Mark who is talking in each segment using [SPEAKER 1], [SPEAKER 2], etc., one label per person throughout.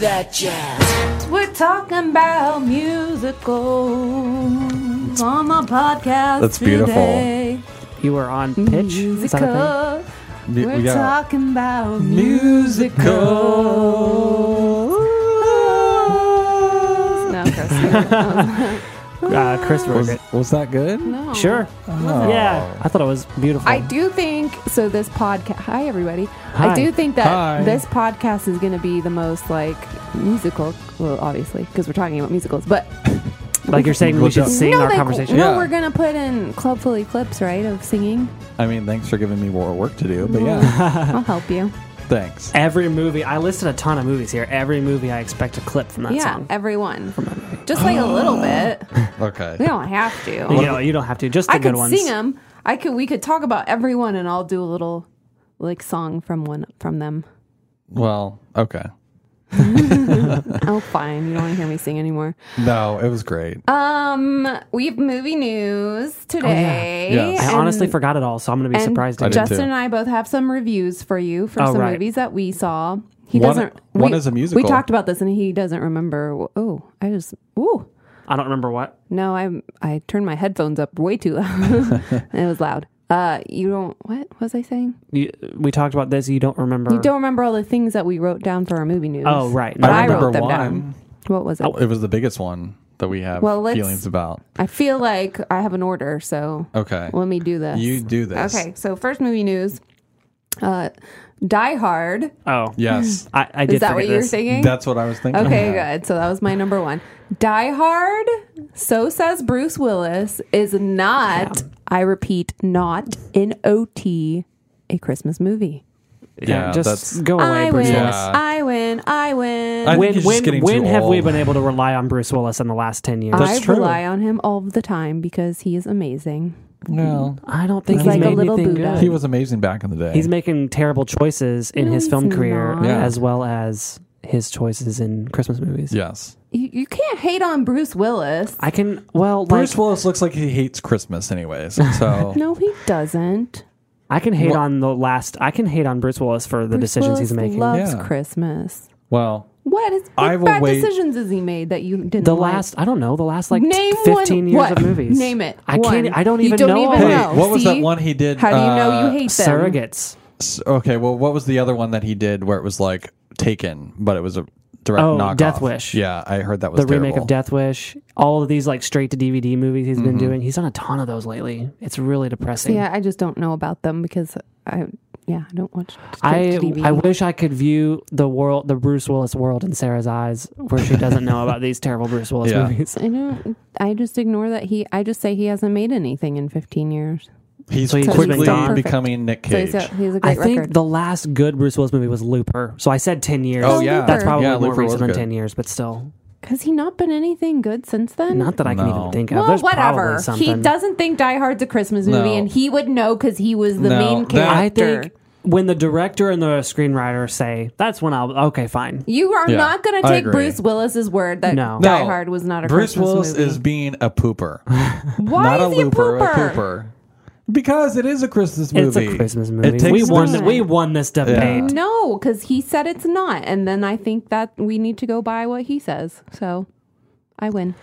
[SPEAKER 1] that jazz.
[SPEAKER 2] We're talking about musicals on my podcast.
[SPEAKER 3] That's beautiful.
[SPEAKER 2] Today.
[SPEAKER 4] You were on pitch. Is that a
[SPEAKER 2] Mm-hmm. Musical.
[SPEAKER 3] We-
[SPEAKER 2] We're
[SPEAKER 3] we got-
[SPEAKER 2] talking about musicals. No, Chris.
[SPEAKER 4] thing? Uh, Chris wrote
[SPEAKER 3] Was,
[SPEAKER 4] it.
[SPEAKER 3] was that good?
[SPEAKER 2] No.
[SPEAKER 4] Sure. Yeah, I thought it was beautiful.
[SPEAKER 2] Oh. I do think so. This podcast. Hi, everybody. I
[SPEAKER 4] Hi.
[SPEAKER 2] do think that
[SPEAKER 3] Hi.
[SPEAKER 2] this podcast is going to be the most like musical. Well, obviously, because we're talking about musicals. But
[SPEAKER 4] Like you're saying, we
[SPEAKER 3] Good
[SPEAKER 4] should
[SPEAKER 3] job.
[SPEAKER 4] sing
[SPEAKER 2] no,
[SPEAKER 4] our
[SPEAKER 2] like,
[SPEAKER 4] conversation.
[SPEAKER 2] No,
[SPEAKER 3] Yeah.
[SPEAKER 2] we're going to put in club fully clips, right, of singing.
[SPEAKER 3] I mean, thanks for giving me more work to do, but yeah,
[SPEAKER 4] Uh,
[SPEAKER 2] I'll help you.
[SPEAKER 3] thanks.
[SPEAKER 4] Every movie, I listed a ton of movies here. Every movie, I expect a clip from that
[SPEAKER 2] yeah,
[SPEAKER 4] song. Ah.
[SPEAKER 2] everyone. Just like a little bit. We
[SPEAKER 3] Okay.
[SPEAKER 2] don't have to.
[SPEAKER 4] you know, you don't have to. Just the
[SPEAKER 2] I
[SPEAKER 4] good
[SPEAKER 2] could
[SPEAKER 4] ones.
[SPEAKER 2] sing them. I could. We could talk about everyone, and I'll do a little like song from one from them.
[SPEAKER 3] Well, okay.
[SPEAKER 2] oh, fine. You don't want to hear me sing anymore.
[SPEAKER 3] No, it was great.
[SPEAKER 2] Um, we have movie
[SPEAKER 3] Oh,
[SPEAKER 2] news today.
[SPEAKER 3] Yes.
[SPEAKER 4] I
[SPEAKER 2] and-
[SPEAKER 4] honestly forgot it all, so I'm going to be
[SPEAKER 2] and
[SPEAKER 4] surprised. again.
[SPEAKER 3] did
[SPEAKER 2] Justin
[SPEAKER 3] too.
[SPEAKER 2] and I both have some reviews for you for
[SPEAKER 4] Oh,
[SPEAKER 2] some
[SPEAKER 4] right.
[SPEAKER 2] movies that we saw. He
[SPEAKER 3] One-
[SPEAKER 2] doesn't.
[SPEAKER 3] one
[SPEAKER 2] we-
[SPEAKER 3] is a musical.
[SPEAKER 2] We talked about this, and he doesn't remember. Oh, I just. Ooh,
[SPEAKER 4] I don't remember what.
[SPEAKER 2] no, I I turned my headphones up way too loud. it was loud. Uh, you don't. What was I saying?
[SPEAKER 4] You, we talked about this. You don't remember.
[SPEAKER 3] Uh,
[SPEAKER 2] You don't remember all the things that we wrote down for our movie news.
[SPEAKER 4] Oh, right.
[SPEAKER 2] But
[SPEAKER 4] I
[SPEAKER 2] I, wrote
[SPEAKER 3] remember
[SPEAKER 2] them
[SPEAKER 3] one. Oh.
[SPEAKER 2] down. What was it?
[SPEAKER 3] It was the biggest one that we have
[SPEAKER 2] Well, let's-
[SPEAKER 3] feelings about.
[SPEAKER 2] I feel like I have an order, so
[SPEAKER 3] Okay.
[SPEAKER 2] let me do this.
[SPEAKER 3] You do this.
[SPEAKER 2] Okay, so first movie news. Uh, Die Hard.
[SPEAKER 4] Oh,
[SPEAKER 3] Yes.
[SPEAKER 4] I, I did.
[SPEAKER 2] Is that what
[SPEAKER 4] forget
[SPEAKER 2] you were
[SPEAKER 4] this.
[SPEAKER 2] thinking?
[SPEAKER 3] That's what I was thinking.
[SPEAKER 2] okay,
[SPEAKER 3] Yeah.
[SPEAKER 2] good. So that was my number one. Die Hard, so says Bruce Willis, is not, I repeat, not in OT a Christmas movie.
[SPEAKER 4] Yeah,
[SPEAKER 3] Yeah, that's-
[SPEAKER 4] just go away,
[SPEAKER 2] I
[SPEAKER 4] Bruce
[SPEAKER 2] win,
[SPEAKER 4] Willis.
[SPEAKER 3] Yeah.
[SPEAKER 2] I win, I win.
[SPEAKER 3] I think
[SPEAKER 4] When
[SPEAKER 3] he's just
[SPEAKER 4] when
[SPEAKER 3] getting
[SPEAKER 4] when
[SPEAKER 3] too
[SPEAKER 4] have we
[SPEAKER 3] old.
[SPEAKER 4] been able to rely on Bruce Willis in the last ten years?
[SPEAKER 2] I
[SPEAKER 3] That's true.
[SPEAKER 2] rely on him all the time because he is amazing.
[SPEAKER 3] No.
[SPEAKER 4] I don't think
[SPEAKER 2] He's
[SPEAKER 4] he's,
[SPEAKER 2] like a
[SPEAKER 4] made
[SPEAKER 2] little
[SPEAKER 4] anything
[SPEAKER 2] Buddha.
[SPEAKER 4] good.
[SPEAKER 3] He was amazing back in the day.
[SPEAKER 4] He's making terrible choices in
[SPEAKER 2] No,
[SPEAKER 4] his
[SPEAKER 2] he's
[SPEAKER 4] film career
[SPEAKER 2] not.
[SPEAKER 3] Yeah.
[SPEAKER 4] as well as his choices in Christmas movies.
[SPEAKER 3] yes.
[SPEAKER 2] You, you can't hate on Bruce Willis.
[SPEAKER 4] I can well
[SPEAKER 3] Bruce
[SPEAKER 4] like
[SPEAKER 3] Willis looks like he hates Christmas anyways. So
[SPEAKER 2] No, he doesn't.
[SPEAKER 4] I can hate
[SPEAKER 3] Wha-
[SPEAKER 4] on the last I can hate on Bruce Willis for the
[SPEAKER 2] Bruce
[SPEAKER 4] decisions
[SPEAKER 2] Willis
[SPEAKER 4] he's making.
[SPEAKER 2] Loves
[SPEAKER 3] Yeah.
[SPEAKER 2] Christmas.
[SPEAKER 3] well,
[SPEAKER 2] What is
[SPEAKER 3] I
[SPEAKER 2] what
[SPEAKER 3] will
[SPEAKER 2] bad
[SPEAKER 3] wait-
[SPEAKER 2] decisions has he made that you didn't?
[SPEAKER 4] The
[SPEAKER 2] like?
[SPEAKER 4] last I don't know, the last like
[SPEAKER 2] name
[SPEAKER 4] fifteen
[SPEAKER 2] one,
[SPEAKER 4] years
[SPEAKER 2] what?
[SPEAKER 4] of movies.
[SPEAKER 2] Name it.
[SPEAKER 4] I
[SPEAKER 2] One.
[SPEAKER 4] can't I don't
[SPEAKER 2] You
[SPEAKER 4] even
[SPEAKER 2] don't
[SPEAKER 4] know
[SPEAKER 2] even
[SPEAKER 3] hey,
[SPEAKER 2] know.
[SPEAKER 3] what was that
[SPEAKER 2] see?
[SPEAKER 3] one he did?
[SPEAKER 2] How do you know you
[SPEAKER 3] uh,
[SPEAKER 2] hate them?
[SPEAKER 4] surrogates.
[SPEAKER 3] S- Okay, well, what was the other one that he did where it was like Taken, but it was a direct
[SPEAKER 4] Oh,
[SPEAKER 3] knockoff?
[SPEAKER 4] Death Wish.
[SPEAKER 3] Yeah, I heard that was
[SPEAKER 4] The remake
[SPEAKER 3] terrible.
[SPEAKER 4] of Death Wish, all of these like straight to DVD movies he's
[SPEAKER 3] Mm-hmm.
[SPEAKER 4] been doing. He's done a ton of those lately. It's really depressing.
[SPEAKER 2] Yeah, I just don't know about them because I yeah I don't watch.
[SPEAKER 4] I
[SPEAKER 2] TV.
[SPEAKER 4] I wish I could view the world, the Bruce Willis world, in Sarah's eyes, where she doesn't know about these terrible Bruce Willis
[SPEAKER 3] Yeah.
[SPEAKER 4] movies.
[SPEAKER 2] I don't. I just ignore that he. I just say he hasn't made anything in 15 years.
[SPEAKER 3] He's
[SPEAKER 4] he's just
[SPEAKER 3] quickly
[SPEAKER 4] been gone.
[SPEAKER 3] becoming Nick
[SPEAKER 2] So
[SPEAKER 3] Cage.
[SPEAKER 2] he's a, he's a
[SPEAKER 4] I
[SPEAKER 2] great
[SPEAKER 4] think
[SPEAKER 2] record.
[SPEAKER 4] the last good Bruce Willis movie was Looper. So I said ten years.
[SPEAKER 3] oh yeah,
[SPEAKER 2] That's
[SPEAKER 4] that's probably
[SPEAKER 3] yeah,
[SPEAKER 4] more
[SPEAKER 3] Looper was
[SPEAKER 4] recent than
[SPEAKER 3] good.
[SPEAKER 4] ten years, but still,
[SPEAKER 2] Has he not been anything good since then?
[SPEAKER 4] not that I can
[SPEAKER 3] No.
[SPEAKER 4] even think of.
[SPEAKER 2] well,
[SPEAKER 4] There's
[SPEAKER 2] whatever.
[SPEAKER 4] Probably something.
[SPEAKER 2] He doesn't think Die Hard's a Christmas movie,
[SPEAKER 3] No.
[SPEAKER 2] and he would know because he was the
[SPEAKER 3] No,
[SPEAKER 2] main
[SPEAKER 3] that-
[SPEAKER 4] I
[SPEAKER 2] character.
[SPEAKER 4] think when the director and the screenwriter say that's when I'll okay, fine.
[SPEAKER 2] You are
[SPEAKER 3] Yeah,
[SPEAKER 2] not going
[SPEAKER 3] I
[SPEAKER 2] to take
[SPEAKER 3] agree.
[SPEAKER 2] Bruce's Willis's word that
[SPEAKER 4] No.
[SPEAKER 2] Die
[SPEAKER 3] No,
[SPEAKER 2] Hard was not a
[SPEAKER 3] Bruce
[SPEAKER 2] Christmas
[SPEAKER 3] Willis
[SPEAKER 2] movie.
[SPEAKER 3] is being a pooper,
[SPEAKER 2] Why
[SPEAKER 3] not
[SPEAKER 2] is
[SPEAKER 3] a
[SPEAKER 2] he a
[SPEAKER 3] looper,
[SPEAKER 2] pooper?
[SPEAKER 3] a pooper. Because it is a Christmas movie.
[SPEAKER 4] It's a Christmas movie.
[SPEAKER 3] It takes
[SPEAKER 4] we won.
[SPEAKER 3] time.
[SPEAKER 4] We won this debate.
[SPEAKER 2] No, because he said it's not, and then I think that we need to go by what he says. So, I win.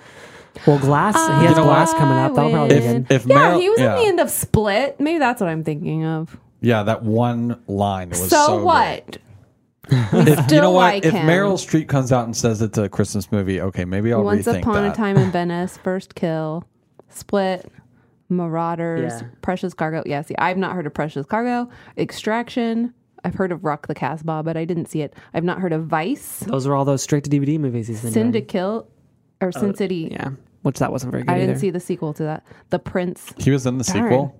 [SPEAKER 4] Well, Glass. he has
[SPEAKER 3] know what?
[SPEAKER 4] Glass coming up. That'll probably be
[SPEAKER 3] If-
[SPEAKER 4] good.
[SPEAKER 3] if
[SPEAKER 2] yeah,
[SPEAKER 3] Meryl-
[SPEAKER 2] he was
[SPEAKER 3] yeah.
[SPEAKER 2] in the end of Split. Maybe that's what I'm thinking of.
[SPEAKER 3] Yeah, that one line was
[SPEAKER 2] So,
[SPEAKER 3] so, great.
[SPEAKER 2] what? We still
[SPEAKER 3] You know what?
[SPEAKER 2] like
[SPEAKER 3] if
[SPEAKER 2] him.
[SPEAKER 3] Meryl Streep comes out and says it's a Christmas movie, okay, maybe I'll
[SPEAKER 2] Once
[SPEAKER 3] rethink
[SPEAKER 2] upon
[SPEAKER 3] that.
[SPEAKER 2] a time in Venice, First Kill, Split, Marauders,
[SPEAKER 4] Yeah.
[SPEAKER 2] Precious Cargo. Yeah, see, I've not heard of Precious Cargo, Extraction. I've heard of Rock the Casbah, but I didn't see it. I've not heard of Vice,
[SPEAKER 4] Those are all those straight to DVD movies he's been
[SPEAKER 2] Sin to
[SPEAKER 4] doing.
[SPEAKER 2] Kill, or Sin City.
[SPEAKER 4] Oh, Yeah, which that wasn't very good
[SPEAKER 2] I didn't
[SPEAKER 4] either.
[SPEAKER 2] see the sequel to that. The Prince,
[SPEAKER 3] He was in the
[SPEAKER 2] Darn.
[SPEAKER 3] sequel.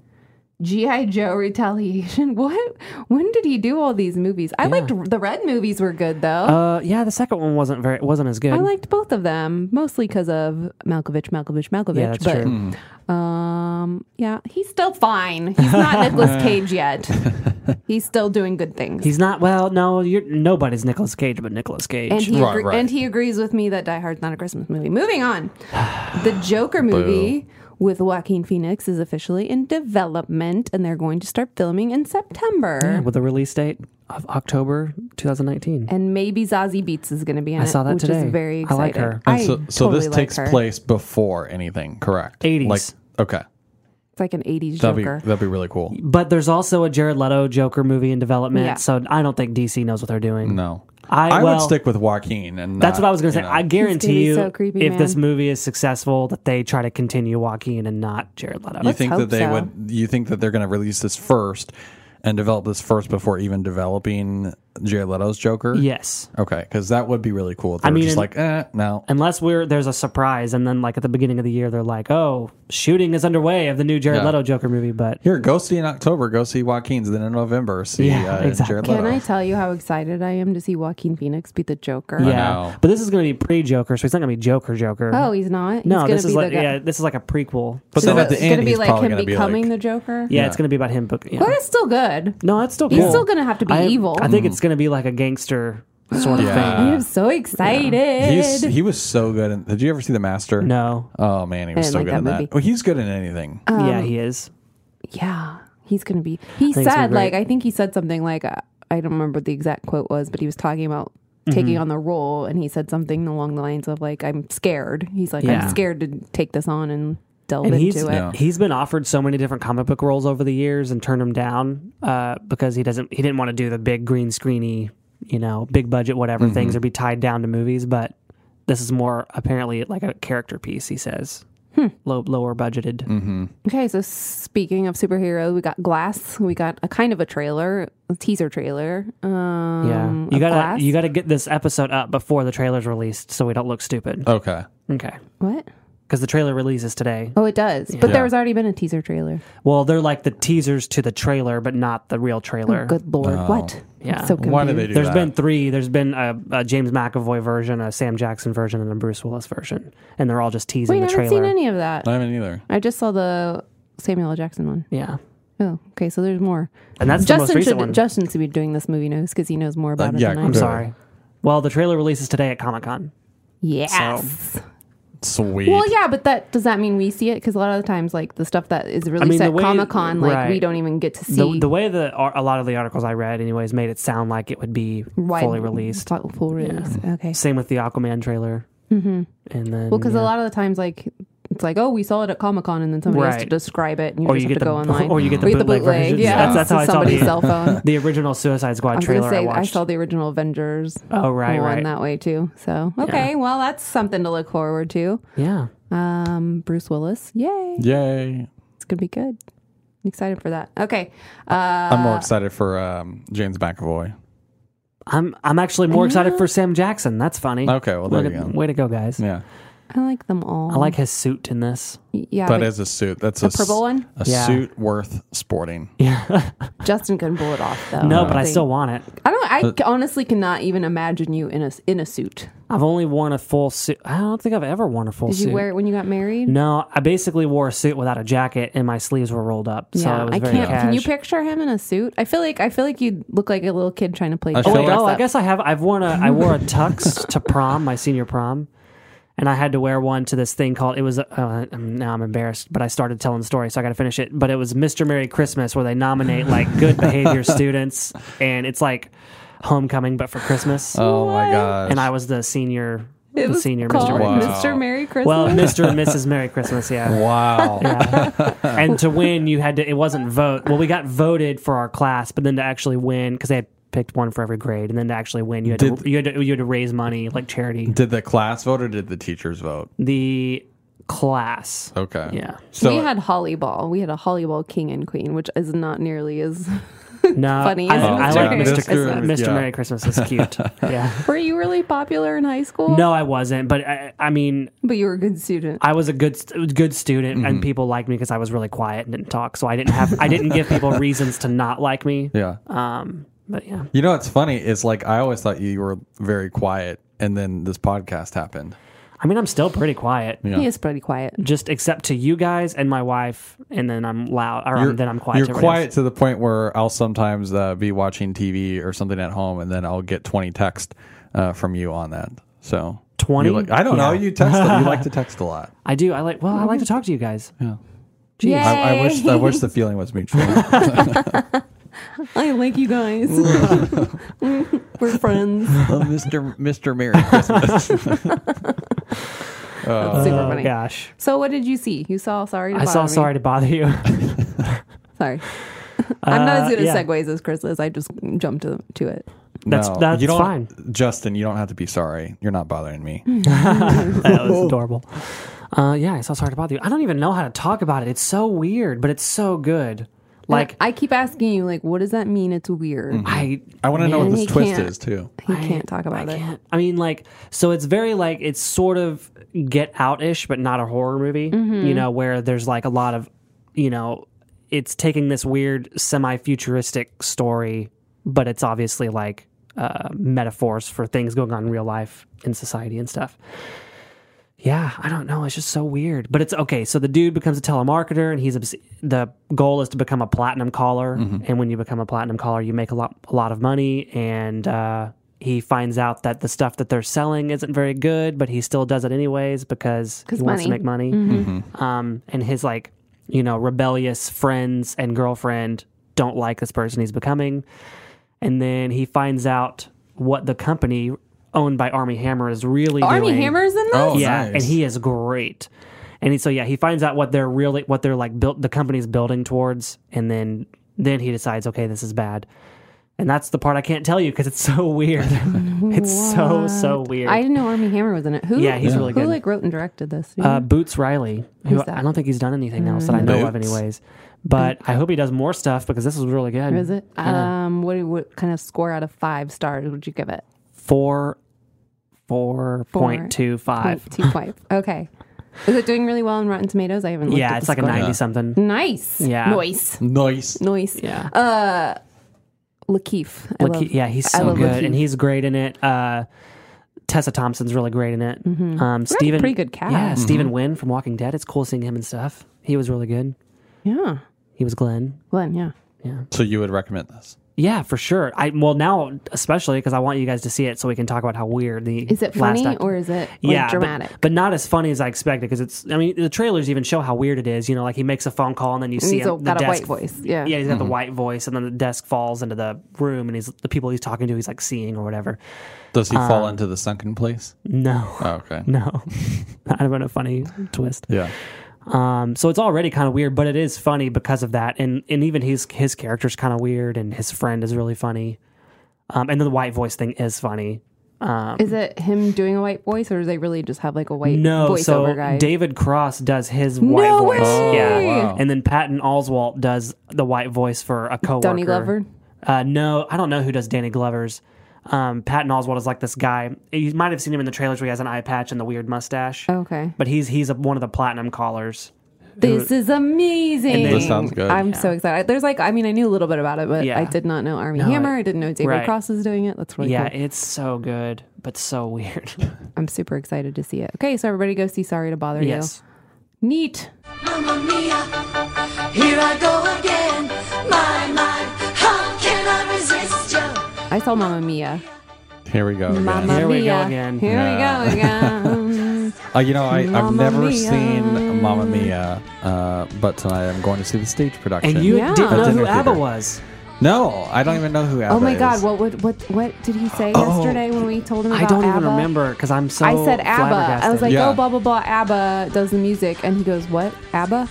[SPEAKER 2] GI Joe Retaliation. What? When did he do all these movies? I liked the Red movies were good though.
[SPEAKER 4] Uh, yeah, the second one wasn't very wasn't as good.
[SPEAKER 2] I liked both of them, mostly because of Malkovich, Malkovich, Malkovich.
[SPEAKER 4] yeah, that's
[SPEAKER 2] but
[SPEAKER 4] true. Hmm.
[SPEAKER 2] um, yeah, he's still fine. He's not Nicolas Cage yet. He's still doing good things.
[SPEAKER 4] He's not. Well, no, you're nobody's Nicolas Cage, but Nicolas Cage.
[SPEAKER 2] and he
[SPEAKER 3] Right,
[SPEAKER 2] agree-
[SPEAKER 3] right.
[SPEAKER 2] and he agrees with me that Die Hard's not a Christmas movie. Moving on, the Joker movie with Joaquin Phoenix is officially in development, and they're going to start filming in September.
[SPEAKER 4] with a release date, of October 2019.
[SPEAKER 2] and maybe Zazie Beats is going to be in
[SPEAKER 4] I
[SPEAKER 2] it,
[SPEAKER 4] saw that
[SPEAKER 2] which
[SPEAKER 4] today.
[SPEAKER 2] is very
[SPEAKER 4] I
[SPEAKER 2] exciting.
[SPEAKER 4] like her.
[SPEAKER 3] And
[SPEAKER 2] I
[SPEAKER 3] so so
[SPEAKER 2] totally
[SPEAKER 3] this
[SPEAKER 2] like
[SPEAKER 3] takes
[SPEAKER 2] her.
[SPEAKER 3] place before anything, correct?
[SPEAKER 4] 80s.
[SPEAKER 3] Like okay.
[SPEAKER 2] It's like an '80s
[SPEAKER 3] That'd
[SPEAKER 2] Joker.
[SPEAKER 3] be that'd be really cool.
[SPEAKER 4] But there's also a Jared Leto Joker movie in development,
[SPEAKER 2] Yeah.
[SPEAKER 4] so I don't think DC knows what they're doing.
[SPEAKER 3] No.
[SPEAKER 4] I- well-
[SPEAKER 3] would stick with Joaquin and
[SPEAKER 4] That's
[SPEAKER 3] not,
[SPEAKER 4] what I was going to
[SPEAKER 3] you
[SPEAKER 4] say.
[SPEAKER 3] know.
[SPEAKER 4] I
[SPEAKER 2] be
[SPEAKER 4] guarantee you,
[SPEAKER 2] so creepy,
[SPEAKER 4] if this
[SPEAKER 2] man.
[SPEAKER 4] movie is successful, that they try to continue Joaquin and not Jared Leto.
[SPEAKER 3] you think
[SPEAKER 2] hope
[SPEAKER 3] that they
[SPEAKER 2] so.
[SPEAKER 3] would you think that they're going to release this first and develop this first before even developing Jared Leto's Joker?
[SPEAKER 4] yes.
[SPEAKER 3] Okay, cuz that would be really cool. if They
[SPEAKER 4] I
[SPEAKER 3] were
[SPEAKER 4] mean,
[SPEAKER 3] just
[SPEAKER 4] and-
[SPEAKER 3] like, "Eh, no."
[SPEAKER 4] Unless we're there's a surprise, and then like at the beginning of the year, they're like, "Oh, shooting is underway of the new Jared
[SPEAKER 3] Yeah.
[SPEAKER 4] Leto Joker movie." But
[SPEAKER 3] Here, go see in October, go see Joaquin's, then in November see
[SPEAKER 4] Yeah,
[SPEAKER 3] uh,
[SPEAKER 4] exactly.
[SPEAKER 3] Jared Leto.
[SPEAKER 2] Can I tell you how excited I am to see Joaquin Phoenix be the Joker?
[SPEAKER 3] know.
[SPEAKER 4] yeah, but this is going to be pre Joker, so he's not going to be Joker Joker.
[SPEAKER 2] Oh, he's not.
[SPEAKER 4] no,
[SPEAKER 2] he's gonna
[SPEAKER 4] this
[SPEAKER 2] be
[SPEAKER 4] is
[SPEAKER 2] the
[SPEAKER 4] like
[SPEAKER 2] guy-
[SPEAKER 4] yeah, this is like a prequel.
[SPEAKER 3] But
[SPEAKER 2] So
[SPEAKER 3] then at
[SPEAKER 2] it's
[SPEAKER 3] the
[SPEAKER 2] gonna
[SPEAKER 3] end,
[SPEAKER 2] be
[SPEAKER 3] he's
[SPEAKER 2] like
[SPEAKER 3] probably
[SPEAKER 2] him
[SPEAKER 3] going to be
[SPEAKER 2] becoming
[SPEAKER 3] like,
[SPEAKER 2] the Joker.
[SPEAKER 4] yeah, it's going to be about him. But yeah.
[SPEAKER 2] but it's still good.
[SPEAKER 4] no, it's still cool.
[SPEAKER 2] He's still gonna have to be
[SPEAKER 4] I-
[SPEAKER 2] evil.
[SPEAKER 4] I
[SPEAKER 3] Mm.
[SPEAKER 4] think it's going to be like a gangster sort of
[SPEAKER 3] Yeah.
[SPEAKER 4] thing.
[SPEAKER 2] I'm so excited.
[SPEAKER 3] He's, he was so good. In, did you ever see The Master?
[SPEAKER 4] No,
[SPEAKER 3] Oh man, he was
[SPEAKER 2] I didn't
[SPEAKER 3] so
[SPEAKER 2] like
[SPEAKER 3] good
[SPEAKER 2] that
[SPEAKER 3] in that.
[SPEAKER 2] movie.
[SPEAKER 3] Well, he's good in anything.
[SPEAKER 2] Um,
[SPEAKER 4] yeah, he is.
[SPEAKER 2] yeah, he's gonna be. He
[SPEAKER 4] think it's gonna
[SPEAKER 2] said
[SPEAKER 4] be
[SPEAKER 2] like
[SPEAKER 4] great.
[SPEAKER 2] I think he said something like uh, I don't remember what the exact quote was, but he was talking about
[SPEAKER 4] Mm-hmm.
[SPEAKER 2] taking on the role, and he said something along the lines of like I'm scared. He's like
[SPEAKER 4] Yeah.
[SPEAKER 2] I'm scared to take this on and delve
[SPEAKER 4] and he's
[SPEAKER 2] into it.
[SPEAKER 3] Yeah.
[SPEAKER 4] he's been offered so many different comic book roles over the years and turned them down uh, because he doesn't he didn't want to do the big green screeny you know big budget whatever
[SPEAKER 3] Mm-hmm.
[SPEAKER 4] things or be tied down to movies but this is more apparently like a character piece he says
[SPEAKER 2] Hmm.
[SPEAKER 4] Low, lower budgeted
[SPEAKER 2] Okay, so speaking of superhero, we got Glass. We got a kind of a trailer, a teaser trailer. Um,
[SPEAKER 4] yeah
[SPEAKER 2] of
[SPEAKER 4] you gotta
[SPEAKER 2] Glass.
[SPEAKER 4] you gotta get this episode up before the trailer's released so we don't look
[SPEAKER 2] Oh.
[SPEAKER 4] stupid
[SPEAKER 3] Okay.
[SPEAKER 4] okay
[SPEAKER 2] what?
[SPEAKER 4] because the trailer releases today
[SPEAKER 2] Oh, it does. But
[SPEAKER 3] Yeah.
[SPEAKER 2] there was already been a teaser trailer.
[SPEAKER 4] well they're like the teasers to the trailer but not the real trailer
[SPEAKER 2] Oh,
[SPEAKER 4] Oh.
[SPEAKER 2] Good lord, what?
[SPEAKER 4] Yeah.
[SPEAKER 2] so
[SPEAKER 3] Why do they
[SPEAKER 2] confused.
[SPEAKER 3] do
[SPEAKER 4] There's
[SPEAKER 3] that?
[SPEAKER 4] been three. There's been a, a James McAvoy version, a Sam Jackson version, and a Bruce Willis version, and they're all just teasing
[SPEAKER 2] Wait, I
[SPEAKER 4] the
[SPEAKER 2] haven't
[SPEAKER 4] trailer.
[SPEAKER 2] seen any of that.
[SPEAKER 3] I haven't either.
[SPEAKER 2] I just saw the Samuel L. Jackson one.
[SPEAKER 4] yeah,
[SPEAKER 2] Oh, okay. So there's more.
[SPEAKER 4] and that's the most
[SPEAKER 2] Justin
[SPEAKER 4] recent
[SPEAKER 2] should
[SPEAKER 4] one. Uh,
[SPEAKER 2] Justin should be doing this movie news because he knows more about it
[SPEAKER 3] yeah,
[SPEAKER 2] than I
[SPEAKER 3] I'm
[SPEAKER 4] I'm
[SPEAKER 3] Good.
[SPEAKER 2] do.
[SPEAKER 4] sorry. Well, the trailer releases today at Comic Con.
[SPEAKER 2] Yes.
[SPEAKER 3] Sweet.
[SPEAKER 2] Well, yeah, but that does that mean we see it? Because a lot of the times, like the stuff that is released
[SPEAKER 4] mean, the
[SPEAKER 2] at
[SPEAKER 4] way-
[SPEAKER 2] Comic Con, like
[SPEAKER 4] right.
[SPEAKER 2] we don't even get to see.
[SPEAKER 4] The, the way the ar- a lot of the articles I read, anyways, made it sound like it would be
[SPEAKER 2] wide-
[SPEAKER 4] fully released.
[SPEAKER 2] full full release. Okay.
[SPEAKER 4] Same with the Aquaman trailer, mm-hmm. and then
[SPEAKER 2] Well, because
[SPEAKER 4] yeah.
[SPEAKER 2] a lot of the times, like it's like, oh, we saw it at Comic Con, and then somebody has to
[SPEAKER 4] Right.
[SPEAKER 2] describe it, and you
[SPEAKER 4] Or
[SPEAKER 2] just
[SPEAKER 4] you
[SPEAKER 2] have
[SPEAKER 4] get
[SPEAKER 2] to
[SPEAKER 4] the-
[SPEAKER 2] go online,
[SPEAKER 4] or you get the bootleg versions.
[SPEAKER 2] Yeah,
[SPEAKER 4] That's- that's how I saw
[SPEAKER 2] somebody's
[SPEAKER 4] the-
[SPEAKER 2] cell phone.
[SPEAKER 4] the original Suicide Squad
[SPEAKER 2] I was
[SPEAKER 4] trailer
[SPEAKER 2] gonna say
[SPEAKER 4] I
[SPEAKER 2] I,
[SPEAKER 4] watched.
[SPEAKER 2] saw the original Avengers
[SPEAKER 4] oh right,
[SPEAKER 2] one
[SPEAKER 4] right,
[SPEAKER 2] that way too. So okay, well that's something to look forward to.
[SPEAKER 4] yeah.
[SPEAKER 2] Um, Bruce Willis, yay!
[SPEAKER 3] Yay.
[SPEAKER 2] It's gonna be good. I'm excited for that. Okay, uh,
[SPEAKER 3] I'm more excited for um, James McAvoy.
[SPEAKER 4] I'm I'm actually more excited for Sam Jackson. That's funny.
[SPEAKER 3] Okay, well, there
[SPEAKER 4] way,
[SPEAKER 3] you
[SPEAKER 4] to,
[SPEAKER 3] go.
[SPEAKER 4] way to go, guys.
[SPEAKER 3] Yeah.
[SPEAKER 2] I like them all.
[SPEAKER 4] I like his suit in this.
[SPEAKER 2] yeah,
[SPEAKER 3] That
[SPEAKER 2] but
[SPEAKER 3] is a suit. That's
[SPEAKER 2] the
[SPEAKER 3] a s-
[SPEAKER 2] purple one.
[SPEAKER 3] A
[SPEAKER 4] Yeah.
[SPEAKER 3] suit worth sporting.
[SPEAKER 4] Yeah.
[SPEAKER 2] Justin couldn't pull it off though.
[SPEAKER 4] no,
[SPEAKER 3] Uh,
[SPEAKER 2] don't
[SPEAKER 4] but I
[SPEAKER 2] think.
[SPEAKER 4] still want it.
[SPEAKER 2] I don't. I c- honestly cannot even imagine you in a s- in a suit.
[SPEAKER 4] I've only worn a full suit. I don't think I've ever worn a full
[SPEAKER 2] Did
[SPEAKER 4] suit.
[SPEAKER 2] you wear it when you got married?
[SPEAKER 4] no, I basically wore a suit without a jacket, and my sleeves were rolled up. So
[SPEAKER 2] yeah,
[SPEAKER 4] it was
[SPEAKER 2] I
[SPEAKER 4] very
[SPEAKER 2] can't. Can you
[SPEAKER 4] cash.
[SPEAKER 2] picture him in a suit? I feel like I feel like you'd look like a little kid trying to play.
[SPEAKER 3] I
[SPEAKER 4] Oh,
[SPEAKER 3] feel
[SPEAKER 4] wait,
[SPEAKER 3] like-
[SPEAKER 4] oh, I guess I have. I've worn a. I wore a tux to prom, my senior prom, and I had to wear one to this thing called. It was. Uh, um, now I'm embarrassed, but I started telling the story, so I got to finish it. But it was Mr. Merry Christmas, where they nominate like good behavior students, and it's like homecoming, but for Christmas.
[SPEAKER 3] Oh my gosh.
[SPEAKER 4] and I was the senior.
[SPEAKER 2] It
[SPEAKER 4] the
[SPEAKER 2] was
[SPEAKER 4] senior
[SPEAKER 2] called
[SPEAKER 4] Mr. Merry
[SPEAKER 3] Wow.
[SPEAKER 2] Mr. Merry Christmas.
[SPEAKER 4] Well, Mr. and Mrs. Merry Christmas, yeah.
[SPEAKER 3] wow. Oh.
[SPEAKER 4] And to win, you had to, it wasn't vote. Well, we got voted for our class, but then to actually win, because they had picked one for every grade, and then to actually win, you had, to,
[SPEAKER 3] Did-
[SPEAKER 4] you had to you had to raise money like charity.
[SPEAKER 3] Did the class vote or did the teachers vote?
[SPEAKER 4] The class,
[SPEAKER 3] Okay.
[SPEAKER 4] yeah.
[SPEAKER 3] So
[SPEAKER 2] we had Hollyball. We had a Hollyball king and queen, which is not nearly as.
[SPEAKER 4] No,
[SPEAKER 2] Funny,
[SPEAKER 4] I,
[SPEAKER 2] isn't
[SPEAKER 4] I
[SPEAKER 3] it?
[SPEAKER 4] like
[SPEAKER 3] Yeah,
[SPEAKER 4] Mr.
[SPEAKER 3] Mr.
[SPEAKER 4] Christmas. Mr.
[SPEAKER 3] Yeah.
[SPEAKER 4] Merry Christmas is cute. yeah.
[SPEAKER 2] Were you really popular in high school?
[SPEAKER 4] No, I wasn't, but I, I mean,
[SPEAKER 2] but you were a good student.
[SPEAKER 4] I was a good st- good student,
[SPEAKER 3] Mm-hmm.
[SPEAKER 4] and people liked me because I was really quiet and didn't talk. So I didn't have I didn't give people reasons to not like me.
[SPEAKER 3] yeah.
[SPEAKER 4] Um, but yeah,
[SPEAKER 3] You know what's funny is like I always thought you were very quiet and then this podcast happened.
[SPEAKER 4] I mean, I'm still pretty quiet.
[SPEAKER 3] Yeah.
[SPEAKER 2] He is pretty quiet.
[SPEAKER 4] just except to you guys and my wife, and then I'm loud, or um, then I'm quiet.
[SPEAKER 3] You're
[SPEAKER 4] to everybody
[SPEAKER 3] quiet to the point where I'll sometimes uh, be watching TV or something at home, and then I'll get 20 text uh, from you on that. So
[SPEAKER 4] 20?
[SPEAKER 3] you're like, I don't know.
[SPEAKER 4] Yeah.
[SPEAKER 3] You text. a- you like to text a lot.
[SPEAKER 4] else. I do. I like. Well, I like to talk to you guys.
[SPEAKER 3] Yeah.
[SPEAKER 4] Jeez.
[SPEAKER 2] Yay.
[SPEAKER 3] I, I wish. I wish the feeling was mutual.
[SPEAKER 2] I like you guys. We're friends.
[SPEAKER 3] Oh, Mr. Mr. Merry Christmas.
[SPEAKER 2] That's super
[SPEAKER 4] Oh,
[SPEAKER 2] funny.
[SPEAKER 4] gosh.
[SPEAKER 2] So, what did you see? You saw Sorry
[SPEAKER 4] I
[SPEAKER 2] to Bother
[SPEAKER 4] saw
[SPEAKER 2] Me.
[SPEAKER 4] Sorry to Bother You.
[SPEAKER 2] Sorry. I'm not as good
[SPEAKER 4] Uh,
[SPEAKER 2] at
[SPEAKER 4] yeah.
[SPEAKER 2] segues as Chris is. I just jumped to, to it.
[SPEAKER 4] That's- that's
[SPEAKER 3] you don't,
[SPEAKER 4] fine.
[SPEAKER 3] Justin, you don't have to be sorry. You're not bothering me.
[SPEAKER 2] Hmm.
[SPEAKER 4] that was adorable. Uh, yeah, I saw Sorry to Bother You. I don't even know how to talk about it. It's so weird, but it's so good. Like, Mm-hmm.
[SPEAKER 2] I keep asking you, like, what does that mean? It's weird.
[SPEAKER 4] I.
[SPEAKER 3] I want to know
[SPEAKER 2] Man,
[SPEAKER 3] what this
[SPEAKER 2] he
[SPEAKER 3] twist
[SPEAKER 2] can't.
[SPEAKER 3] is too.
[SPEAKER 2] He can't talk about it.
[SPEAKER 4] can't- I mean, like, so it's very like it's sort of Get Out ish, but not a horror movie. You know, where there's like a lot of, you know, it's taking this weird semi futuristic story, but it's obviously like uh, metaphors for things going on in real life in society and stuff. Yeah, I don't know. It's just so weird. But it's okay. So the dude becomes a telemarketer, and he's obs- the goal is to become a platinum caller. And when you become a platinum caller, you make a lot a lot of money. And uh, he finds out that the stuff that they're selling isn't very good, but he still does it anyways because he
[SPEAKER 2] 'Cause
[SPEAKER 4] wants to
[SPEAKER 2] money. Mm-hmm.
[SPEAKER 4] make money. Um, and his like you know rebellious friends and girlfriend don't like this person he's becoming and then he finds out what the company owned by Army Hammer is really
[SPEAKER 2] Army
[SPEAKER 4] doing.
[SPEAKER 2] Hammer's in this?
[SPEAKER 3] Oh,
[SPEAKER 4] yeah,
[SPEAKER 3] nice.
[SPEAKER 4] and he is great. And he, so yeah, he finds out what they're really what they're like built the company's building towards, and then then he decides, okay, this is bad. And that's the part I can't tell you because it's so weird. it's so so weird.
[SPEAKER 2] I didn't know Army Hammer was in it. Who?
[SPEAKER 4] Yeah, he's really
[SPEAKER 2] Who
[SPEAKER 4] good.
[SPEAKER 2] like wrote and directed this? Do you
[SPEAKER 4] uh,
[SPEAKER 2] know?
[SPEAKER 4] Boots Riley, who
[SPEAKER 2] Who's that?
[SPEAKER 4] I don't think he's done anything else that I know of,
[SPEAKER 3] Boots?
[SPEAKER 4] anyways. But I hope he does more stuff because this was really good.
[SPEAKER 2] Or is it? Um, what what kind of score out of five stars would you give it?
[SPEAKER 4] Four, four point two five.
[SPEAKER 2] Point two five. Okay. Is it doing really well in Rotten Tomatoes? I haven't. Looked
[SPEAKER 4] Yeah,
[SPEAKER 2] at
[SPEAKER 4] it's
[SPEAKER 2] the
[SPEAKER 4] like a
[SPEAKER 2] score.
[SPEAKER 4] ninety something.
[SPEAKER 2] Nice.
[SPEAKER 4] Yeah.
[SPEAKER 2] Noise.
[SPEAKER 3] Nice.
[SPEAKER 2] Noise. Uh,
[SPEAKER 4] Yeah.
[SPEAKER 2] Lakeith. I
[SPEAKER 4] Lakeith-
[SPEAKER 2] love-
[SPEAKER 4] yeah, he's
[SPEAKER 2] I
[SPEAKER 4] so
[SPEAKER 2] love
[SPEAKER 4] good,
[SPEAKER 2] Lakeith.
[SPEAKER 4] and he's great in it. Uh, Tessa Thompson's really great in it. Um, Stephen,
[SPEAKER 2] Mm-hmm. pretty good cast.
[SPEAKER 4] Yeah, Stephen Wynn from Walking Dead. It's cool seeing him and stuff. He was really good.
[SPEAKER 2] Yeah.
[SPEAKER 4] He was Glenn.
[SPEAKER 2] Glenn. Yeah.
[SPEAKER 3] So you would recommend this?
[SPEAKER 4] Yeah, for sure. I well now especially because I want you guys to see it so we can talk about how weird the
[SPEAKER 2] Is it
[SPEAKER 4] last
[SPEAKER 2] funny
[SPEAKER 4] act-
[SPEAKER 2] or is it like,
[SPEAKER 4] yeah, but-
[SPEAKER 2] dramatic?
[SPEAKER 4] but, not as funny as I expected because it's. I mean, the trailers even show how weird it is. You know, like he makes a phone call and then you see
[SPEAKER 2] he's
[SPEAKER 4] him,
[SPEAKER 2] all-
[SPEAKER 4] the
[SPEAKER 2] got a
[SPEAKER 4] desk-
[SPEAKER 2] white voice. Yeah.
[SPEAKER 4] Yeah, he's got the white voice, and then the desk falls into the room, and he's the people he's talking to, he's like seeing or whatever.
[SPEAKER 3] Does he fall into the sunken place?
[SPEAKER 4] Uh, No,
[SPEAKER 3] Oh, okay.
[SPEAKER 4] No, I don't know. Funny twist.
[SPEAKER 3] Yeah.
[SPEAKER 4] Um, so it's already kind of weird, but it is funny because of that, and and even his his character's kind of weird, and his friend is really funny, um, and then the white voice thing is funny. Um,
[SPEAKER 2] Is it him doing a white voice, or do they really just have like a white
[SPEAKER 4] no,
[SPEAKER 2] voiceover
[SPEAKER 4] so
[SPEAKER 2] guy?
[SPEAKER 4] David Cross does his white
[SPEAKER 2] No
[SPEAKER 4] voice,
[SPEAKER 2] way!
[SPEAKER 4] yeah,
[SPEAKER 3] Oh, Wow.
[SPEAKER 4] and then Patton Oswalt does the white voice for a coworker.
[SPEAKER 2] Donnie Glover?
[SPEAKER 4] Uh, no, I don't know who does Danny Glover's. Um, Patton Oswalt is like this guy. You might have seen him in the trailers where he has an eye patch and the weird mustache.
[SPEAKER 2] Okay.
[SPEAKER 4] But he's he's a, one of the platinum callers.
[SPEAKER 2] This is amazing.
[SPEAKER 4] then- This
[SPEAKER 3] sounds good.
[SPEAKER 2] I'm so excited. There's like, I mean, I knew a little bit about it, but
[SPEAKER 4] Yeah.
[SPEAKER 2] I did not know Army Hammer. I,
[SPEAKER 4] I-
[SPEAKER 2] didn't know David
[SPEAKER 4] right.
[SPEAKER 2] Cross is doing it. That's really
[SPEAKER 4] Yeah,
[SPEAKER 2] cool.
[SPEAKER 4] it's so good, but so weird.
[SPEAKER 2] I'm super excited to see it. Okay, so everybody go see Sorry to Bother
[SPEAKER 4] yes.
[SPEAKER 2] You. Neat.
[SPEAKER 1] Mamma mia, here I go again. My, my, how can I resist you?
[SPEAKER 2] I saw Mamma Mia.
[SPEAKER 3] Here we go. again.
[SPEAKER 2] Mamma
[SPEAKER 4] Here we go
[SPEAKER 2] Mia.
[SPEAKER 4] again.
[SPEAKER 2] Here we go again.
[SPEAKER 3] Uh, you know, I, I've
[SPEAKER 2] Mamma
[SPEAKER 3] never
[SPEAKER 2] Mia.
[SPEAKER 3] seen Mamma Mia, uh, but tonight I'm going to see the stage production.
[SPEAKER 4] And you
[SPEAKER 2] Yeah.
[SPEAKER 4] didn't
[SPEAKER 2] A
[SPEAKER 4] know
[SPEAKER 3] dinner
[SPEAKER 4] who ABBA
[SPEAKER 3] theater.
[SPEAKER 4] was.
[SPEAKER 3] No, I don't even know who ABBA
[SPEAKER 2] oh my God!
[SPEAKER 3] is.
[SPEAKER 2] What would what what did he say yesterday when we told him about
[SPEAKER 4] Oh. I don't even
[SPEAKER 2] ABBA?
[SPEAKER 4] remember because I'm so.
[SPEAKER 2] I said ABBA. I was
[SPEAKER 4] flabbergasted.
[SPEAKER 2] like,
[SPEAKER 3] Yeah.
[SPEAKER 2] oh, blah, blah, blah, ABBA does the music. And he goes, what? ABBA?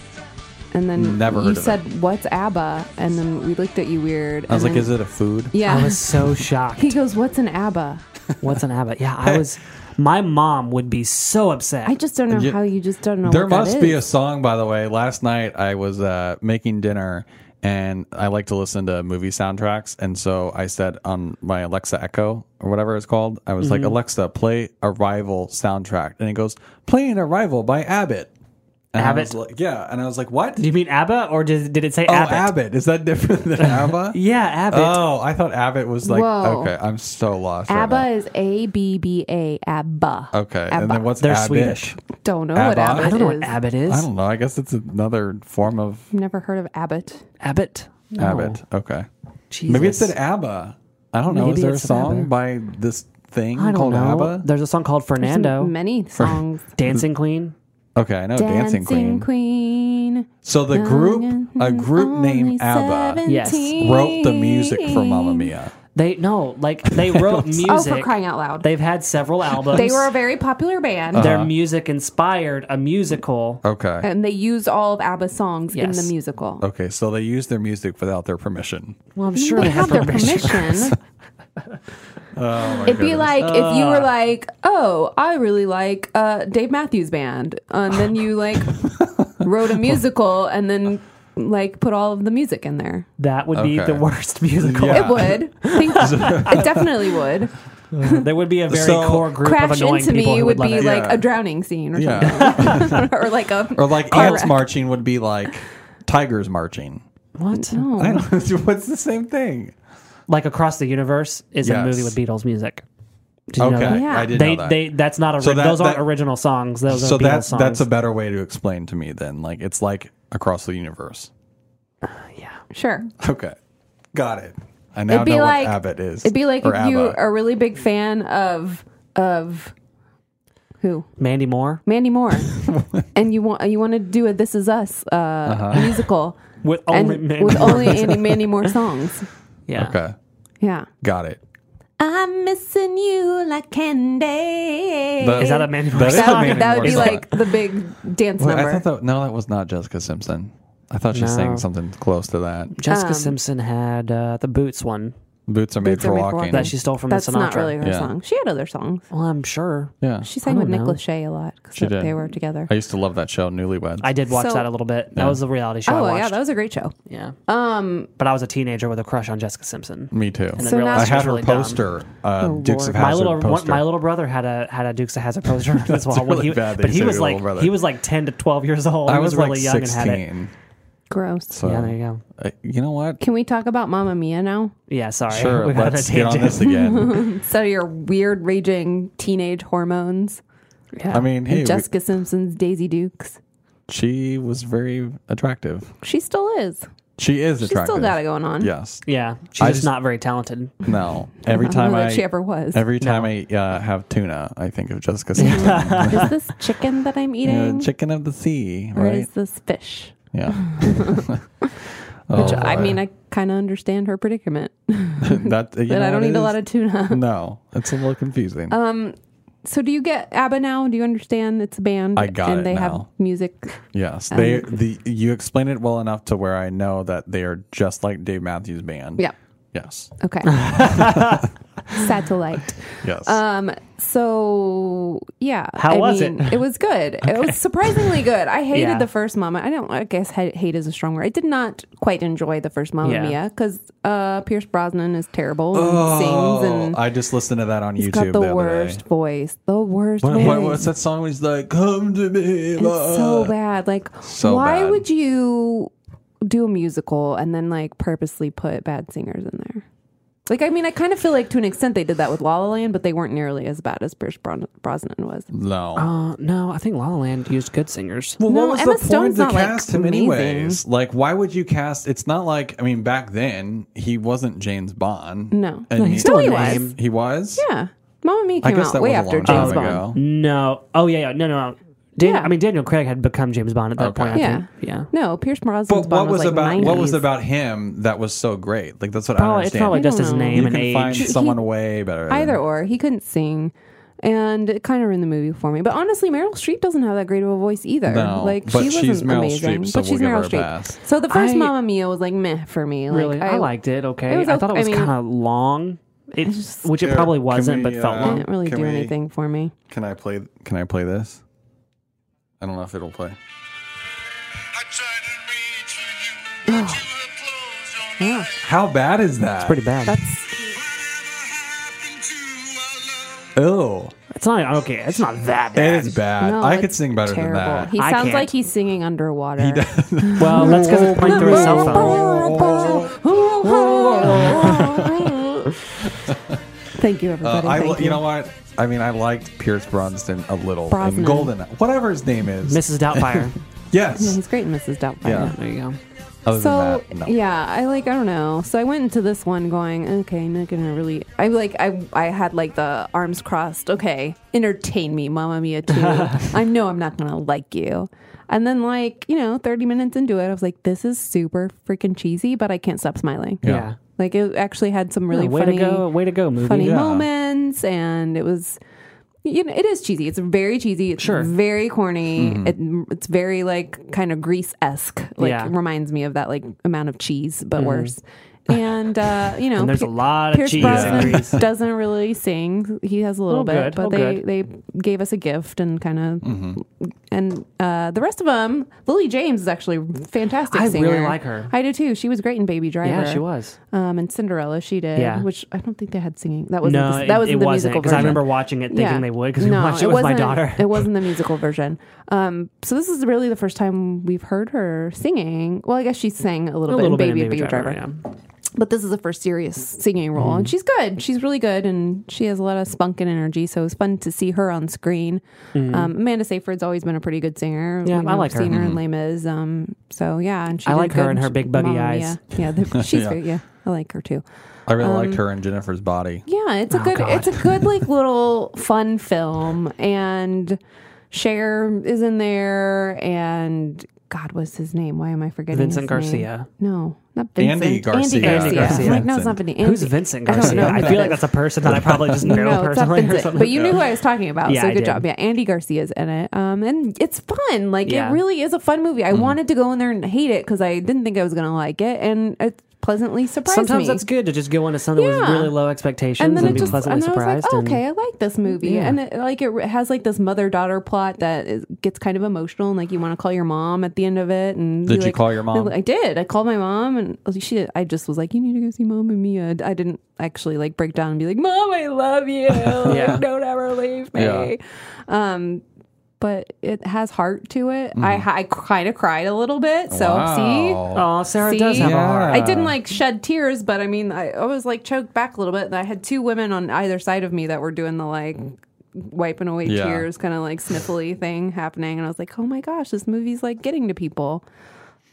[SPEAKER 2] And then
[SPEAKER 3] Never
[SPEAKER 2] you
[SPEAKER 3] heard of
[SPEAKER 2] said,
[SPEAKER 3] it.
[SPEAKER 2] what's ABBA? And then we looked at you weird.
[SPEAKER 3] I was like, is it a food?
[SPEAKER 2] Yeah.
[SPEAKER 4] I was so shocked.
[SPEAKER 2] he goes, what's an ABBA?
[SPEAKER 4] What's an ABBA? Yeah, I was. My mom would be so upset.
[SPEAKER 2] I just don't know
[SPEAKER 3] You-
[SPEAKER 2] how you just don't know
[SPEAKER 3] Uh, There
[SPEAKER 2] what that
[SPEAKER 3] must be a
[SPEAKER 2] is.
[SPEAKER 3] song, by the way. Last night I was uh, making dinner and I like to listen to movie soundtracks. And so I said on my Alexa Echo or whatever it's called, I was like,
[SPEAKER 4] Mm-hmm.
[SPEAKER 3] Alexa, play Arrival soundtrack. And it goes, playing Arrival by Abbott. And I was
[SPEAKER 4] Abbott?
[SPEAKER 3] like, yeah. And I was like, what?
[SPEAKER 4] Do you mean ABBA or did, did it say
[SPEAKER 3] oh, Abbott.
[SPEAKER 4] Abbott?
[SPEAKER 3] Is that different than ABBA?
[SPEAKER 4] Yeah, Abbott.
[SPEAKER 3] Oh, I thought Abbott was like,
[SPEAKER 2] Whoa.
[SPEAKER 3] okay, I'm so lost. right
[SPEAKER 2] ABBA
[SPEAKER 3] now.
[SPEAKER 2] is A B B A, ABBA.
[SPEAKER 3] Okay. And
[SPEAKER 2] ABBA.
[SPEAKER 3] then what's
[SPEAKER 4] They're
[SPEAKER 3] Abbott?
[SPEAKER 4] Swedish.
[SPEAKER 2] Don't know what
[SPEAKER 3] ABBA?
[SPEAKER 2] ABBA
[SPEAKER 3] I
[SPEAKER 4] I don't know what
[SPEAKER 2] is.
[SPEAKER 4] Abbott is.
[SPEAKER 3] I don't know. I guess it's another form of
[SPEAKER 2] I've never heard of Abbott.
[SPEAKER 4] Abbott. No.
[SPEAKER 3] Abbott. Okay.
[SPEAKER 4] Jesus.
[SPEAKER 3] Maybe it's an ABBA. I don't know.
[SPEAKER 4] Maybe
[SPEAKER 3] Is there a
[SPEAKER 4] it's an
[SPEAKER 3] song
[SPEAKER 4] ABBA.
[SPEAKER 3] by this thing
[SPEAKER 4] I don't
[SPEAKER 3] called
[SPEAKER 4] know.
[SPEAKER 3] ABBA?
[SPEAKER 4] There's a song called
[SPEAKER 2] There's
[SPEAKER 4] Fernando.
[SPEAKER 2] many songs.
[SPEAKER 4] Dancing Queen.
[SPEAKER 3] Okay, I know Dancing, Queen.
[SPEAKER 2] Queen.
[SPEAKER 3] So the group, a group named ABBA,
[SPEAKER 4] Yes.
[SPEAKER 3] wrote the music for Mamma Mia.
[SPEAKER 4] They no, like they wrote music.
[SPEAKER 2] Oh, for crying out loud. They,
[SPEAKER 4] They've had several albums.
[SPEAKER 2] were a very popular band.
[SPEAKER 3] Uh,
[SPEAKER 4] their
[SPEAKER 3] Uh-huh.
[SPEAKER 4] music inspired a musical.
[SPEAKER 3] Okay.
[SPEAKER 2] and they used all of ABBA's songs
[SPEAKER 4] Yes.
[SPEAKER 2] in the musical.
[SPEAKER 3] Okay, so they used their music without their permission.
[SPEAKER 4] Well, I'm sure
[SPEAKER 2] they have their permission. It'd
[SPEAKER 3] Oh
[SPEAKER 2] be like if you were like, "Oh, I really like uh, Dave Matthews Band," and then you like wrote a musical and then like put all of the music in there.
[SPEAKER 4] That would be
[SPEAKER 3] Okay.
[SPEAKER 4] the worst musical.
[SPEAKER 3] Yeah.
[SPEAKER 2] It would. Think, it definitely would.
[SPEAKER 4] There would be a very
[SPEAKER 3] So-
[SPEAKER 4] core group of
[SPEAKER 2] Crash
[SPEAKER 4] annoying
[SPEAKER 2] into
[SPEAKER 4] people
[SPEAKER 2] me
[SPEAKER 4] who
[SPEAKER 2] would
[SPEAKER 4] would love
[SPEAKER 2] be
[SPEAKER 4] it.
[SPEAKER 2] like
[SPEAKER 3] Yeah.
[SPEAKER 2] a drowning scene, or
[SPEAKER 3] Yeah.
[SPEAKER 2] something, or like a
[SPEAKER 3] or like
[SPEAKER 2] car
[SPEAKER 3] ants
[SPEAKER 2] wreck.
[SPEAKER 3] marching would be like tigers marching.
[SPEAKER 4] what?
[SPEAKER 3] I don't, what's the same thing?
[SPEAKER 4] Like across the universe is a movie
[SPEAKER 3] Yes.
[SPEAKER 4] with Beatles music. Did you know
[SPEAKER 3] Okay,
[SPEAKER 4] that?
[SPEAKER 2] Yeah.
[SPEAKER 3] I did
[SPEAKER 4] They,
[SPEAKER 3] know that.
[SPEAKER 4] they that's not a
[SPEAKER 3] So that-
[SPEAKER 4] those aren't
[SPEAKER 3] that-
[SPEAKER 4] original songs. Those
[SPEAKER 3] so
[SPEAKER 4] are Beatles
[SPEAKER 3] that's
[SPEAKER 4] songs.
[SPEAKER 3] that's a better way to explain to me then. Like it's like across the universe.
[SPEAKER 2] Sure.
[SPEAKER 3] Okay, got it. I now
[SPEAKER 2] It'd be
[SPEAKER 3] know
[SPEAKER 2] like-
[SPEAKER 3] what Abbott is.
[SPEAKER 2] It'd be like
[SPEAKER 3] or
[SPEAKER 2] if you
[SPEAKER 3] ABBA.
[SPEAKER 2] are a really big fan of of who
[SPEAKER 4] Mandy Moore
[SPEAKER 2] Mandy Moore, and you want you want to do a This Is Us uh, musical
[SPEAKER 4] with
[SPEAKER 2] and
[SPEAKER 4] only Mandy
[SPEAKER 2] with
[SPEAKER 4] Moore.
[SPEAKER 2] only Andy Mandy Moore songs.
[SPEAKER 4] yeah.
[SPEAKER 3] Okay,
[SPEAKER 2] Yeah,
[SPEAKER 3] got it.
[SPEAKER 2] I'm missing you like candy.
[SPEAKER 3] But-
[SPEAKER 4] Is that a Mandy Moore
[SPEAKER 3] That is a
[SPEAKER 4] song?
[SPEAKER 2] that would,
[SPEAKER 3] Mandy
[SPEAKER 2] that would
[SPEAKER 3] Moore
[SPEAKER 2] be
[SPEAKER 3] song.
[SPEAKER 2] like the big dance
[SPEAKER 3] Wait, I
[SPEAKER 2] number.
[SPEAKER 3] thought that, no, that was not Jessica Simpson. I thought she sang
[SPEAKER 4] No.
[SPEAKER 3] something close to that.
[SPEAKER 4] Jessica
[SPEAKER 2] Um,
[SPEAKER 4] Simpson had uh, the Boots one
[SPEAKER 3] Boots are made,
[SPEAKER 2] Boots
[SPEAKER 3] for,
[SPEAKER 2] Are Made for
[SPEAKER 3] walking.
[SPEAKER 2] Walking.
[SPEAKER 4] that she stole from
[SPEAKER 2] That's
[SPEAKER 4] the Sinatra.
[SPEAKER 2] not really her
[SPEAKER 3] Yeah.
[SPEAKER 2] song. She had other songs.
[SPEAKER 4] Well, I'm sure.
[SPEAKER 3] yeah,
[SPEAKER 2] She sang
[SPEAKER 4] I
[SPEAKER 2] with
[SPEAKER 4] don't
[SPEAKER 2] Nick
[SPEAKER 4] know.
[SPEAKER 2] Lachey a lot
[SPEAKER 3] She
[SPEAKER 2] because
[SPEAKER 3] did.
[SPEAKER 2] they were together.
[SPEAKER 3] I used to love that show, Newlyweds.
[SPEAKER 4] I did watch
[SPEAKER 2] So-
[SPEAKER 4] that a little bit. That was a reality show I
[SPEAKER 2] Oh
[SPEAKER 4] watched.
[SPEAKER 2] yeah, that Um, was a great show.
[SPEAKER 4] yeah. but I was a teenager with a crush on Jessica Simpson.
[SPEAKER 3] Me too.
[SPEAKER 4] And
[SPEAKER 2] So
[SPEAKER 4] then Oh,
[SPEAKER 2] now-
[SPEAKER 4] realized
[SPEAKER 3] I
[SPEAKER 4] she was
[SPEAKER 3] had her
[SPEAKER 4] really dumb.
[SPEAKER 3] poster, uh, Dukes of
[SPEAKER 4] my
[SPEAKER 3] Hazzard
[SPEAKER 4] little one,
[SPEAKER 3] poster.
[SPEAKER 4] my little brother had a had a Dukes of Hazzard poster as well. when
[SPEAKER 3] really
[SPEAKER 4] he,
[SPEAKER 3] bad that
[SPEAKER 4] but
[SPEAKER 3] you
[SPEAKER 4] he
[SPEAKER 3] said
[SPEAKER 4] was
[SPEAKER 3] your little
[SPEAKER 4] like
[SPEAKER 3] brother.
[SPEAKER 4] he was like ten to twelve years old.
[SPEAKER 3] I
[SPEAKER 4] he was,
[SPEAKER 3] was like
[SPEAKER 4] really young
[SPEAKER 3] sixteen.
[SPEAKER 4] and had it.
[SPEAKER 2] Gross.
[SPEAKER 3] So
[SPEAKER 4] Yeah, there you go.
[SPEAKER 3] uh, you know what?
[SPEAKER 2] Can we talk about Mamma Mia now?
[SPEAKER 4] Yeah, sorry.
[SPEAKER 3] Sure,
[SPEAKER 4] we got on a
[SPEAKER 3] let's get on
[SPEAKER 4] tangent.
[SPEAKER 3] this again.
[SPEAKER 2] Instead of your weird raging teenage hormones.
[SPEAKER 3] I mean, hey, we-
[SPEAKER 2] Jessica Simpson's Daisy Dukes.
[SPEAKER 3] she was very attractive.
[SPEAKER 2] She still is.
[SPEAKER 3] She is
[SPEAKER 2] She's
[SPEAKER 3] attractive.
[SPEAKER 2] still got it going on.
[SPEAKER 3] Yes.
[SPEAKER 4] Yeah, she's
[SPEAKER 3] I
[SPEAKER 4] just,
[SPEAKER 3] just-
[SPEAKER 4] not very talented.
[SPEAKER 3] No. Every
[SPEAKER 2] I don't
[SPEAKER 3] time
[SPEAKER 2] know that
[SPEAKER 3] I
[SPEAKER 2] she ever was.
[SPEAKER 3] every time I uh, have tuna, I think of Jessica Simpson.
[SPEAKER 2] is this chicken that I'm eating?
[SPEAKER 3] Yeah, chicken of the sea,
[SPEAKER 2] or
[SPEAKER 3] right?
[SPEAKER 2] is this fish?
[SPEAKER 3] Yeah.
[SPEAKER 2] Which I mean, I kind of understand her predicament.
[SPEAKER 3] that, Oh, you
[SPEAKER 2] That
[SPEAKER 3] know
[SPEAKER 2] I don't
[SPEAKER 3] what it
[SPEAKER 2] eat a lot
[SPEAKER 3] is?
[SPEAKER 2] of tuna. Uh,
[SPEAKER 3] No, it's a little confusing.
[SPEAKER 2] So do you get ABBA now? Do you understand it's a band?
[SPEAKER 3] I got
[SPEAKER 2] And
[SPEAKER 3] it
[SPEAKER 2] they have
[SPEAKER 3] now.
[SPEAKER 2] music.
[SPEAKER 3] yes, they the you explained it well enough to where I know that they are just like Dave Matthews Band.
[SPEAKER 2] Yeah.
[SPEAKER 3] Yes.
[SPEAKER 2] Okay. Satellite.
[SPEAKER 3] Yes.
[SPEAKER 2] Um. So yeah,
[SPEAKER 4] How
[SPEAKER 2] I
[SPEAKER 4] was
[SPEAKER 2] mean,
[SPEAKER 4] it?
[SPEAKER 2] It was good. It was surprisingly good. I hated
[SPEAKER 4] Yeah.
[SPEAKER 2] the first Mama. I don't. I guess ha- hate is a strong word. I did not quite enjoy the first Mamma
[SPEAKER 4] Yeah.
[SPEAKER 2] Mia because uh, Pierce Brosnan is terrible and sings
[SPEAKER 3] oh,
[SPEAKER 2] and
[SPEAKER 3] I just listened to that on
[SPEAKER 2] he's
[SPEAKER 3] YouTube
[SPEAKER 2] got
[SPEAKER 3] the,
[SPEAKER 2] the,
[SPEAKER 3] other
[SPEAKER 2] worst
[SPEAKER 3] day.
[SPEAKER 2] voice. The worst
[SPEAKER 3] What,
[SPEAKER 2] voice.
[SPEAKER 3] what, what's that song? Where he's like, "Come to me."
[SPEAKER 2] It's so bad. Like,
[SPEAKER 3] So
[SPEAKER 2] why
[SPEAKER 3] bad.
[SPEAKER 2] would you do a musical and then like purposely put bad singers in there? Like, I mean, I kind of feel like to an extent they did that with La La Land, but they weren't nearly as bad as Pierce Bron- Brosnan was.
[SPEAKER 3] No.
[SPEAKER 4] Uh, no, I think La La Land used good singers.
[SPEAKER 3] well,
[SPEAKER 2] Oh, No,
[SPEAKER 3] what was the
[SPEAKER 2] Emma Stone's
[SPEAKER 3] point
[SPEAKER 2] not,
[SPEAKER 3] to
[SPEAKER 2] like,
[SPEAKER 3] cast him
[SPEAKER 2] amazing.
[SPEAKER 3] anyways? Like, why would you cast? It's not like I mean, back then he wasn't James Bond.
[SPEAKER 2] No.
[SPEAKER 3] and
[SPEAKER 2] No,
[SPEAKER 4] he's
[SPEAKER 3] he-
[SPEAKER 4] still
[SPEAKER 2] No, he
[SPEAKER 4] a
[SPEAKER 2] was.
[SPEAKER 4] name.
[SPEAKER 3] He was.
[SPEAKER 2] Yeah. Mamma Mia
[SPEAKER 3] I
[SPEAKER 2] came
[SPEAKER 3] guess
[SPEAKER 2] out
[SPEAKER 3] that
[SPEAKER 2] way
[SPEAKER 3] was a
[SPEAKER 2] after
[SPEAKER 3] long
[SPEAKER 2] James
[SPEAKER 3] time ago.
[SPEAKER 2] Bond.
[SPEAKER 4] No. Oh yeah, yeah. No, no, no. Daniel, I mean, Daniel Craig had become James Bond at that
[SPEAKER 3] Okay.
[SPEAKER 4] point. I
[SPEAKER 2] Yeah.
[SPEAKER 4] think. Yeah.
[SPEAKER 2] No, Pierce
[SPEAKER 3] But
[SPEAKER 2] Brosnan's Bond
[SPEAKER 3] what was,
[SPEAKER 2] like
[SPEAKER 3] about
[SPEAKER 2] 90s.
[SPEAKER 3] what was about him that was so great? Like that's what I
[SPEAKER 4] Probably, it's
[SPEAKER 3] understand.
[SPEAKER 4] probably just his
[SPEAKER 2] don't know.
[SPEAKER 4] name
[SPEAKER 3] you
[SPEAKER 4] and
[SPEAKER 3] can
[SPEAKER 4] age.
[SPEAKER 3] find someone
[SPEAKER 2] He-
[SPEAKER 3] way better. than-
[SPEAKER 2] either or. He couldn't sing. And it kind of ruined the movie for me. But honestly, Meryl Streep doesn't have that great of a voice either.
[SPEAKER 3] No,
[SPEAKER 2] like
[SPEAKER 3] but
[SPEAKER 2] she
[SPEAKER 3] she's
[SPEAKER 2] wasn't
[SPEAKER 3] Meryl
[SPEAKER 2] amazing.
[SPEAKER 3] Streep, so
[SPEAKER 2] but
[SPEAKER 3] we'll
[SPEAKER 2] she's
[SPEAKER 3] give her
[SPEAKER 2] Meryl
[SPEAKER 3] a
[SPEAKER 2] Streep.
[SPEAKER 3] pass.
[SPEAKER 2] So the first
[SPEAKER 4] I-
[SPEAKER 2] Mamma Mia was like meh for me. Like,
[SPEAKER 4] Really, I, liked it. Okay,
[SPEAKER 2] it was
[SPEAKER 4] I thought it
[SPEAKER 2] okay- I
[SPEAKER 4] was
[SPEAKER 2] mean-
[SPEAKER 4] kind of long, it, which it probably
[SPEAKER 3] Here, can
[SPEAKER 4] wasn't,
[SPEAKER 3] we,
[SPEAKER 4] but felt
[SPEAKER 3] uh,
[SPEAKER 2] It
[SPEAKER 4] long.
[SPEAKER 2] didn't really
[SPEAKER 3] Can
[SPEAKER 2] do
[SPEAKER 3] we-
[SPEAKER 2] anything for me.
[SPEAKER 3] Can I play? Can I play this? I don't know if it'll play.
[SPEAKER 5] I tried to reach for you, but you were closed on yeah.
[SPEAKER 3] How bad is that? It's
[SPEAKER 4] Pretty bad.
[SPEAKER 2] That's
[SPEAKER 5] Whatever happened to our love?
[SPEAKER 3] Ew.
[SPEAKER 4] it's not okay. It's not that bad.
[SPEAKER 3] It is bad.
[SPEAKER 2] no,
[SPEAKER 3] I could
[SPEAKER 2] it's
[SPEAKER 3] sing better
[SPEAKER 2] terrible.
[SPEAKER 3] than that.
[SPEAKER 2] He
[SPEAKER 4] I
[SPEAKER 2] sounds
[SPEAKER 4] can't.
[SPEAKER 2] like he's singing underwater.
[SPEAKER 4] Well, that's because it's playing through his cell phone.
[SPEAKER 3] Uh,
[SPEAKER 2] Thank you,
[SPEAKER 3] Uh,
[SPEAKER 2] everybody.
[SPEAKER 3] I,
[SPEAKER 2] Thank
[SPEAKER 3] li- you know what? I mean, I liked Pierce Brosnan a little.
[SPEAKER 2] Brosnan.
[SPEAKER 3] And Golden, whatever his name is.
[SPEAKER 4] Mrs. Doubtfire.
[SPEAKER 2] Yeah,
[SPEAKER 3] yes.
[SPEAKER 2] he's great in Mrs. Doubtfire.
[SPEAKER 3] Yeah.
[SPEAKER 4] there you go.
[SPEAKER 3] Other
[SPEAKER 2] So
[SPEAKER 3] than that, no.
[SPEAKER 2] yeah, I like I don't know. So I went into this one going, okay, not gonna really. I like I I had like the arms crossed. Okay, entertain me, Mamma Mia too. I know I'm not gonna like you. And then like you know, 30 minutes into it, I was like, this is super freaking cheesy, but I can't stop smiling.
[SPEAKER 4] Yeah.
[SPEAKER 2] Like it actually had some really
[SPEAKER 4] Yeah, way
[SPEAKER 2] funny
[SPEAKER 4] to go! Way to go, movie.
[SPEAKER 2] funny
[SPEAKER 3] Yeah.
[SPEAKER 2] moments and it was you know it is cheesy it's very cheesy it's
[SPEAKER 4] Sure. Mm-hmm.
[SPEAKER 2] very corny it, it's very like kind of grease-esque like
[SPEAKER 4] Yeah. Mm-hmm.
[SPEAKER 2] reminds me of that like amount of cheese but worse and uh you know
[SPEAKER 4] And there's a
[SPEAKER 2] Pier-
[SPEAKER 4] lot of
[SPEAKER 2] Pierce
[SPEAKER 4] cheese
[SPEAKER 2] Brosnan
[SPEAKER 4] in Grease.
[SPEAKER 2] doesn't really sing he has a little
[SPEAKER 4] Oh,
[SPEAKER 2] bit
[SPEAKER 4] good.
[SPEAKER 2] but
[SPEAKER 4] Oh,
[SPEAKER 2] they they gave us a gift and kind of and uh the rest of them Lily James is actually a fantastic
[SPEAKER 4] I
[SPEAKER 2] singer
[SPEAKER 4] really like her.
[SPEAKER 2] I do too she was great in Baby Driver
[SPEAKER 4] Yeah, she was.
[SPEAKER 2] um, and Cinderella, she did,
[SPEAKER 4] Yeah.
[SPEAKER 2] which I don't think they had singing. That wasn't
[SPEAKER 4] No,
[SPEAKER 2] the, that
[SPEAKER 4] it-
[SPEAKER 2] was
[SPEAKER 4] it
[SPEAKER 2] the
[SPEAKER 4] wasn't
[SPEAKER 2] musical
[SPEAKER 4] because
[SPEAKER 2] version.
[SPEAKER 4] I remember watching it thinking
[SPEAKER 2] Yeah.
[SPEAKER 4] they would because we
[SPEAKER 2] No,
[SPEAKER 4] watched it, with my
[SPEAKER 2] wasn't-
[SPEAKER 4] daughter.
[SPEAKER 2] it wasn't the musical version. Um, so this is really the first time we've heard her singing. Well, I guess she sang a little,
[SPEAKER 4] A
[SPEAKER 2] bit,
[SPEAKER 4] little
[SPEAKER 2] in
[SPEAKER 4] bit
[SPEAKER 2] Baby,
[SPEAKER 4] in Baby
[SPEAKER 2] Baby
[SPEAKER 4] Driver,
[SPEAKER 2] Driver, but this is the first serious
[SPEAKER 4] Mm-hmm.
[SPEAKER 2] singing role, and she's good. She's really good, and she has a lot of spunk and energy. So it's fun to see her on screen. Um, Amanda Seyfried's always been a pretty good singer.
[SPEAKER 4] Mm-hmm. Yeah,
[SPEAKER 2] We
[SPEAKER 4] I
[SPEAKER 2] know,
[SPEAKER 4] like her. Mm-hmm.
[SPEAKER 2] Seen her in Les Mis. Um, so yeah, and she
[SPEAKER 4] I
[SPEAKER 2] did
[SPEAKER 4] like her
[SPEAKER 2] good.
[SPEAKER 4] and her
[SPEAKER 2] She-
[SPEAKER 4] big buggy
[SPEAKER 2] Mamma
[SPEAKER 4] eyes.
[SPEAKER 2] Mia. Yeah, the, she's
[SPEAKER 3] Yeah.
[SPEAKER 2] very yeah. I like her too.
[SPEAKER 3] I really liked her and Jennifer's body.
[SPEAKER 2] Yeah, it's a good
[SPEAKER 4] Oh, God.
[SPEAKER 2] it's a good like little fun film and Cher is in there and God what's his name? Why am I forgetting?
[SPEAKER 4] Vincent
[SPEAKER 2] his
[SPEAKER 4] Garcia.
[SPEAKER 2] Name? No, not Vincent.
[SPEAKER 3] Andy Garcia.
[SPEAKER 2] Andy
[SPEAKER 4] Andy Garcia.
[SPEAKER 2] Garcia. I'm like, no, it's not Vincent.
[SPEAKER 4] Who's Vincent
[SPEAKER 2] I don't
[SPEAKER 4] Garcia?
[SPEAKER 2] know
[SPEAKER 4] I,
[SPEAKER 2] who
[SPEAKER 4] feel
[SPEAKER 2] that
[SPEAKER 4] like
[SPEAKER 2] is.
[SPEAKER 4] that's a person that I probably just know
[SPEAKER 2] No, it's not
[SPEAKER 4] personally or
[SPEAKER 2] Vincent.
[SPEAKER 4] something.
[SPEAKER 2] But you knew who I was talking about,
[SPEAKER 4] Yeah,
[SPEAKER 2] so
[SPEAKER 4] I
[SPEAKER 2] good
[SPEAKER 4] did.
[SPEAKER 2] job. Yeah, Andy Garcia's in it, um, and it's fun. Like
[SPEAKER 4] Yeah. Mm-hmm.
[SPEAKER 2] it really is a fun movie. I wanted to go in there and hate it because I didn't think I was going to like it, and it pleasantly surprised
[SPEAKER 4] Sometimes
[SPEAKER 2] me.
[SPEAKER 4] that's good to just go into something with
[SPEAKER 2] Yeah.
[SPEAKER 4] really low expectations and,
[SPEAKER 2] and then it
[SPEAKER 4] be
[SPEAKER 2] just
[SPEAKER 4] pleasantly
[SPEAKER 2] and I was
[SPEAKER 4] surprised.
[SPEAKER 2] like, oh,
[SPEAKER 4] and-
[SPEAKER 2] okay, I like this movie,
[SPEAKER 4] Yeah.
[SPEAKER 2] and it, like it has like this mother daughter plot that is, gets kind of emotional, and like you want to call your mom at the end of it. And
[SPEAKER 3] Did
[SPEAKER 2] be
[SPEAKER 3] you
[SPEAKER 2] like,
[SPEAKER 3] call your mom?
[SPEAKER 2] I did. I called my mom, and oh, she, I just was like, you need to go see mom and Mia. I didn't actually like break down and be like, mom, I love you. Like,
[SPEAKER 4] Yeah.
[SPEAKER 2] don't ever leave me.
[SPEAKER 3] Yeah.
[SPEAKER 2] Um, but it has heart to it. I I, I kind of cried a little bit. So see.
[SPEAKER 3] Mm. Wow.
[SPEAKER 4] Oh, Sarah does
[SPEAKER 2] See?
[SPEAKER 4] have a
[SPEAKER 3] Yeah.
[SPEAKER 4] heart.
[SPEAKER 2] I didn't like shed tears, but I mean, I, I was like choked back a little bit. And I had two women on either side of me that were doing the like wiping away
[SPEAKER 3] Yeah.
[SPEAKER 2] tears, kind of like sniffly thing happening. And I was like, oh my gosh, this movie's like getting to people.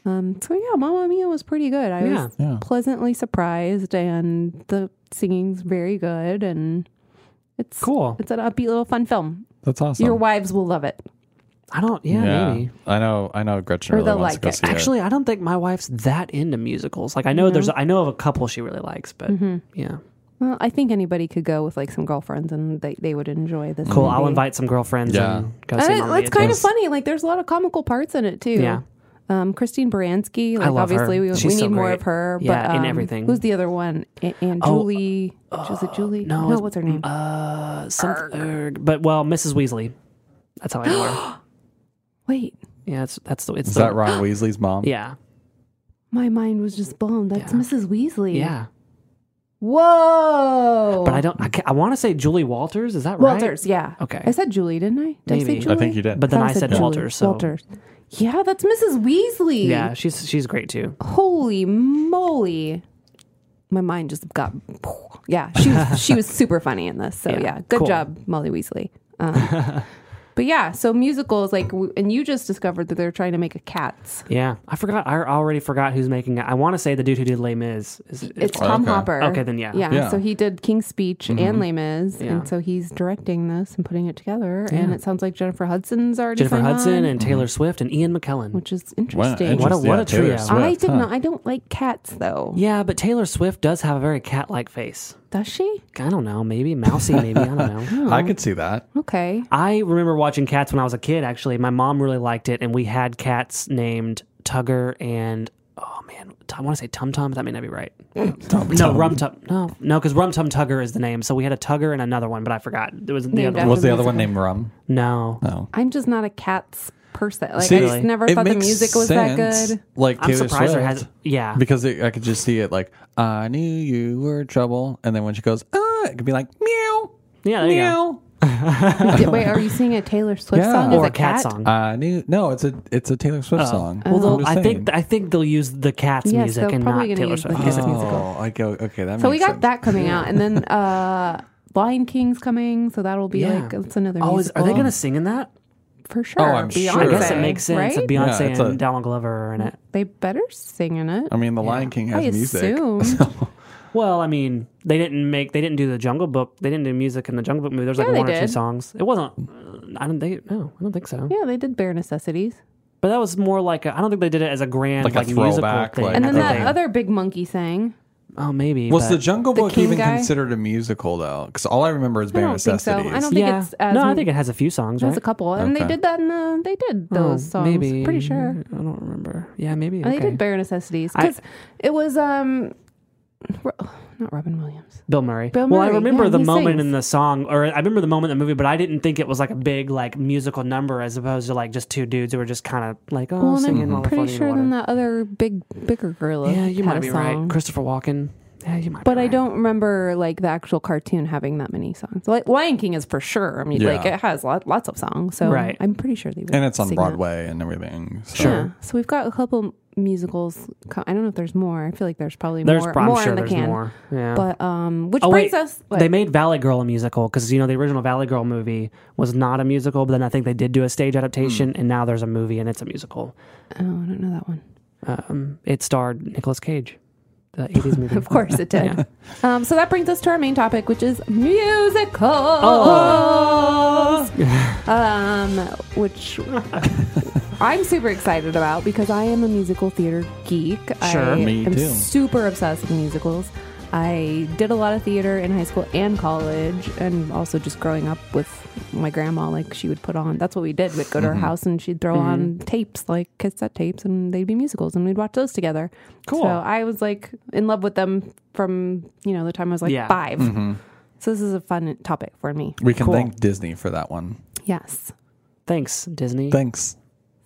[SPEAKER 2] Um, so yeah, Mamma Mia was pretty good. I
[SPEAKER 4] Yeah.
[SPEAKER 2] was pleasantly surprised, and the singing's very good, and it's
[SPEAKER 4] Cool.
[SPEAKER 2] It's an upbeat little fun film.
[SPEAKER 3] That's awesome.
[SPEAKER 2] Your wives will love it.
[SPEAKER 4] I don't. Yeah,
[SPEAKER 3] yeah,
[SPEAKER 4] maybe.
[SPEAKER 3] I know. I know. Gretchen
[SPEAKER 2] Or
[SPEAKER 3] really
[SPEAKER 2] they'll
[SPEAKER 3] wants to
[SPEAKER 2] like
[SPEAKER 3] go
[SPEAKER 2] it.
[SPEAKER 3] see
[SPEAKER 4] Actually, I don't think my wife's that into musicals. Like I know there's, I know of a couple she really likes, but yeah,
[SPEAKER 2] Well, I think anybody could go with like some girlfriends, and they, they would enjoy this.
[SPEAKER 4] cool. I'll
[SPEAKER 2] movie.
[SPEAKER 4] invite some girlfriends
[SPEAKER 3] Yeah.
[SPEAKER 4] and go
[SPEAKER 2] And
[SPEAKER 4] see.
[SPEAKER 2] it-
[SPEAKER 4] Mamma Mia
[SPEAKER 2] it's kind
[SPEAKER 4] too.
[SPEAKER 2] of Uh, funny. Like there's a lot of comical parts in it too.
[SPEAKER 4] Yeah.
[SPEAKER 2] Um, Christine Baranski. Like
[SPEAKER 4] love her.
[SPEAKER 2] obviously we,
[SPEAKER 4] She's
[SPEAKER 2] we need
[SPEAKER 4] so
[SPEAKER 2] more
[SPEAKER 4] great.
[SPEAKER 2] of her.
[SPEAKER 4] Yeah,
[SPEAKER 2] but,
[SPEAKER 4] in
[SPEAKER 2] um,
[SPEAKER 4] everything.
[SPEAKER 2] Who's the other one? A- And
[SPEAKER 4] Oh, uh,
[SPEAKER 2] Julie. was it Julie?
[SPEAKER 4] no,
[SPEAKER 2] no.
[SPEAKER 4] it's-
[SPEAKER 2] What's her name?
[SPEAKER 4] Uh, something, erg. but well, Mrs. Weasley. That's how I know her.
[SPEAKER 2] Wait,
[SPEAKER 4] yeah, it's that's the.
[SPEAKER 3] it.
[SPEAKER 4] It's
[SPEAKER 3] Is
[SPEAKER 4] the,
[SPEAKER 3] that Ron Weasley's mom?
[SPEAKER 4] Yeah,
[SPEAKER 2] my mind was just blown. That's
[SPEAKER 4] Yeah.
[SPEAKER 2] Mrs. Weasley.
[SPEAKER 4] yeah.
[SPEAKER 2] Whoa.
[SPEAKER 4] But I don't. I, ca- I want to say Julie Walters. Is that right?
[SPEAKER 2] Walters. Yeah.
[SPEAKER 4] Okay.
[SPEAKER 2] I said Julie, didn't I? Did I say
[SPEAKER 4] Maybe. I
[SPEAKER 2] Julie?
[SPEAKER 3] I think you did.
[SPEAKER 4] But then
[SPEAKER 2] thought
[SPEAKER 4] I said
[SPEAKER 2] Julie.
[SPEAKER 4] Walters. So
[SPEAKER 2] Walters. Yeah, that's Mrs. Weasley.
[SPEAKER 4] yeah, she's she's great too.
[SPEAKER 2] holy moly my mind just got yeah she was, she was super funny in this so
[SPEAKER 4] Yeah,
[SPEAKER 2] yeah, good
[SPEAKER 4] cool.
[SPEAKER 2] job molly weasley um, but yeah so musicals like w- and you just discovered that they're trying to make a cats
[SPEAKER 4] Yeah, I forgot. I already forgot who's making it. I want to say the dude who did Les Mis. Is, is
[SPEAKER 2] it's tom
[SPEAKER 3] okay.
[SPEAKER 2] hopper
[SPEAKER 4] Oh, Okay, then yeah. Mm-hmm.
[SPEAKER 2] yeah,
[SPEAKER 3] Yeah.
[SPEAKER 2] so he did king's speech and les mis
[SPEAKER 4] Yeah.
[SPEAKER 2] and so he's directing this and putting it together and it sounds like jennifer hudson's already
[SPEAKER 4] Jennifer
[SPEAKER 2] signed
[SPEAKER 4] Hudson
[SPEAKER 2] on,
[SPEAKER 4] and
[SPEAKER 3] Mm-hmm.
[SPEAKER 4] Taylor Swift and Ian McKellen.
[SPEAKER 2] which is
[SPEAKER 3] Wow,
[SPEAKER 2] interesting
[SPEAKER 4] What a-
[SPEAKER 3] interesting.
[SPEAKER 4] what a
[SPEAKER 3] Yeah, Taylor
[SPEAKER 4] trio.
[SPEAKER 3] Swift,
[SPEAKER 2] I did
[SPEAKER 3] huh?
[SPEAKER 2] not. I don't like cats, though.
[SPEAKER 4] yeah, but Taylor Swift does have a very cat-like face.
[SPEAKER 2] Does she?
[SPEAKER 4] I don't know, maybe mousy, maybe I don't know.
[SPEAKER 3] I could see that.
[SPEAKER 2] Okay.
[SPEAKER 4] I remember watching Cats when I was a kid. Actually, my mom really liked it, and we had cats named Tugger and oh man, I want to say Tum Tum. but That may not be right. no, Rum Tum. No, no, because Rum Tum Tugger is the name. So we had a Tugger and another one, but I forgot. There was the
[SPEAKER 2] Named
[SPEAKER 4] other
[SPEAKER 2] after
[SPEAKER 4] one.
[SPEAKER 3] Was the other
[SPEAKER 2] musical.
[SPEAKER 3] one named Rum?
[SPEAKER 4] No,
[SPEAKER 3] No.
[SPEAKER 2] I'm just not a cats person. Like
[SPEAKER 3] See,
[SPEAKER 2] I just never
[SPEAKER 3] it
[SPEAKER 2] thought the
[SPEAKER 3] makes
[SPEAKER 2] music was that
[SPEAKER 3] sense,
[SPEAKER 2] good.
[SPEAKER 3] Like
[SPEAKER 4] I'm
[SPEAKER 3] Taylor
[SPEAKER 4] surprised there
[SPEAKER 3] Swift,
[SPEAKER 4] has. Yeah,
[SPEAKER 3] because it, I could just see it like I knew you were trouble, and then when she goes, ah, it could be like meow,
[SPEAKER 4] yeah, there you go.
[SPEAKER 3] meow.
[SPEAKER 2] Did- Wait, are you singing a Taylor Swift
[SPEAKER 3] Yeah.
[SPEAKER 2] song? as
[SPEAKER 4] Or
[SPEAKER 3] Is
[SPEAKER 4] a cat, song.
[SPEAKER 3] I knew. No, it's a it's a Taylor Swift
[SPEAKER 4] Oh.
[SPEAKER 3] song. Well,
[SPEAKER 4] Although I think I think they'll use the cats
[SPEAKER 2] Yes,
[SPEAKER 4] music
[SPEAKER 2] they're
[SPEAKER 4] and not
[SPEAKER 2] probably
[SPEAKER 4] Taylor
[SPEAKER 2] going to use the
[SPEAKER 4] Swift.
[SPEAKER 2] cats
[SPEAKER 4] music.
[SPEAKER 2] musical.
[SPEAKER 3] Oh, I go okay. That
[SPEAKER 2] So
[SPEAKER 3] makes
[SPEAKER 2] we got
[SPEAKER 3] sense.
[SPEAKER 2] that coming out, and then uh Lion King's coming, so that'll be
[SPEAKER 4] Yeah.
[SPEAKER 2] like it's another.
[SPEAKER 4] Oh, is, are they
[SPEAKER 2] musical.
[SPEAKER 4] going to sing in that?
[SPEAKER 2] for sure.
[SPEAKER 3] Oh, I'm sure.
[SPEAKER 4] I guess it
[SPEAKER 2] Beyonce,
[SPEAKER 4] makes sense. that
[SPEAKER 2] Right?
[SPEAKER 4] Beyonce
[SPEAKER 3] Yeah, it's
[SPEAKER 4] and
[SPEAKER 3] a-
[SPEAKER 4] Donald Glover are in it.
[SPEAKER 2] they better sing in it.
[SPEAKER 3] I mean, The Lion King has
[SPEAKER 2] I
[SPEAKER 3] music.
[SPEAKER 2] assume.
[SPEAKER 4] Well, I mean, they didn't make they didn't do the Jungle Book. They didn't do music in the Jungle Book movie. There's like
[SPEAKER 2] Yeah, they
[SPEAKER 4] one or two
[SPEAKER 2] did.
[SPEAKER 4] songs. It wasn't. uh, I don't think. No, I don't think so.
[SPEAKER 2] yeah, they did bare necessities.
[SPEAKER 4] But that was more like a, I don't think they did it as a grand
[SPEAKER 3] Like
[SPEAKER 4] like,
[SPEAKER 3] a
[SPEAKER 4] musical
[SPEAKER 3] throwback,
[SPEAKER 4] thing.
[SPEAKER 3] like-
[SPEAKER 2] And then
[SPEAKER 4] I
[SPEAKER 2] that
[SPEAKER 4] think-
[SPEAKER 2] other big monkey sang.
[SPEAKER 4] oh maybe
[SPEAKER 3] Was
[SPEAKER 4] but-
[SPEAKER 3] the Jungle
[SPEAKER 2] The
[SPEAKER 3] Book
[SPEAKER 2] King
[SPEAKER 3] even
[SPEAKER 2] guy?
[SPEAKER 3] considered a musical though? Because all I remember is
[SPEAKER 2] I
[SPEAKER 3] Bare
[SPEAKER 2] don't think so.
[SPEAKER 3] Necessities.
[SPEAKER 2] I don't think
[SPEAKER 4] yeah
[SPEAKER 2] it's as
[SPEAKER 4] no I think it has a few songs
[SPEAKER 2] There's
[SPEAKER 4] right
[SPEAKER 2] a couple, and they
[SPEAKER 3] Okay.
[SPEAKER 2] did that. In the, they did
[SPEAKER 4] Oh,
[SPEAKER 2] those songs.
[SPEAKER 4] maybe
[SPEAKER 2] Pretty sure
[SPEAKER 4] I don't remember yeah maybe
[SPEAKER 2] And
[SPEAKER 4] okay.
[SPEAKER 2] Oh, they did bare necessities
[SPEAKER 4] I-
[SPEAKER 2] because it was um, Ro- not Robin Williams.
[SPEAKER 4] Bill Murray.
[SPEAKER 2] Bill
[SPEAKER 4] Well, I
[SPEAKER 2] Murray,
[SPEAKER 4] remember
[SPEAKER 2] yeah,
[SPEAKER 4] the
[SPEAKER 2] he
[SPEAKER 4] moment
[SPEAKER 2] sings.
[SPEAKER 4] in the song, or I remember the moment in the movie, but I didn't think it was like a big like musical number as opposed to like just two dudes who were just kind of like oh
[SPEAKER 2] Well, and
[SPEAKER 4] singing
[SPEAKER 2] I'm
[SPEAKER 4] while they're
[SPEAKER 2] pretty
[SPEAKER 4] floating in the
[SPEAKER 2] sure
[SPEAKER 4] water.
[SPEAKER 2] then that other big, bigger gorilla.
[SPEAKER 4] Yeah, you
[SPEAKER 2] had
[SPEAKER 4] might
[SPEAKER 2] a
[SPEAKER 4] be
[SPEAKER 2] song.
[SPEAKER 4] right. Christopher Walken. Yeah, you might.
[SPEAKER 2] But
[SPEAKER 4] be
[SPEAKER 2] I
[SPEAKER 4] right.
[SPEAKER 2] don't remember like the actual cartoon having that many songs. Like Lion King is for sure. I mean,
[SPEAKER 3] Yeah.
[SPEAKER 2] like it has lot, lots of songs. So
[SPEAKER 4] Right.
[SPEAKER 2] I'm pretty sure they would.
[SPEAKER 3] and it's on
[SPEAKER 2] sing
[SPEAKER 3] Broadway and everything. So.
[SPEAKER 2] that. Yeah. So we've got a couple musicals. co- I don't know if there's more. I feel like there's probably
[SPEAKER 4] There's
[SPEAKER 2] more,
[SPEAKER 4] prob- I'm
[SPEAKER 2] more
[SPEAKER 4] sure
[SPEAKER 2] in the
[SPEAKER 4] there's
[SPEAKER 2] can.
[SPEAKER 4] more. Yeah.
[SPEAKER 2] But um, which
[SPEAKER 4] Oh
[SPEAKER 2] brings
[SPEAKER 4] wait,
[SPEAKER 2] us. what?
[SPEAKER 4] they made Valley Girl a musical because you know the original Valley Girl movie was not a musical, but then I think they did do a stage
[SPEAKER 2] Hmm.
[SPEAKER 4] adaptation, and now there's a movie and it's a musical.
[SPEAKER 2] oh, I don't know that one.
[SPEAKER 4] Um, it starred Nicolas Cage, the 80s movie.
[SPEAKER 2] Of course it did.
[SPEAKER 4] Yeah.
[SPEAKER 2] Um, so that brings us to our main topic, which is musicals. Um, which I'm super excited about because I am a musical theater geek.
[SPEAKER 4] Sure,
[SPEAKER 2] I
[SPEAKER 3] me
[SPEAKER 2] am
[SPEAKER 3] too.
[SPEAKER 2] super obsessed with musicals. I did a lot of theater in high school and college, and also just growing up with my grandma. Like she would put on. That's what we did. We'd go to her
[SPEAKER 4] Mm-hmm.
[SPEAKER 2] house and she'd throw on tapes, like cassette tapes, and they'd be musicals, and we'd watch those together.
[SPEAKER 4] Cool.
[SPEAKER 2] So I was like in love with them from you know the time I was like
[SPEAKER 4] Yeah. Mm-hmm.
[SPEAKER 2] 5 So this is a fun topic for me.
[SPEAKER 3] We can
[SPEAKER 4] Cool.
[SPEAKER 3] thank Disney for that one.
[SPEAKER 2] Yes.
[SPEAKER 4] Thanks, Disney.
[SPEAKER 3] Thanks.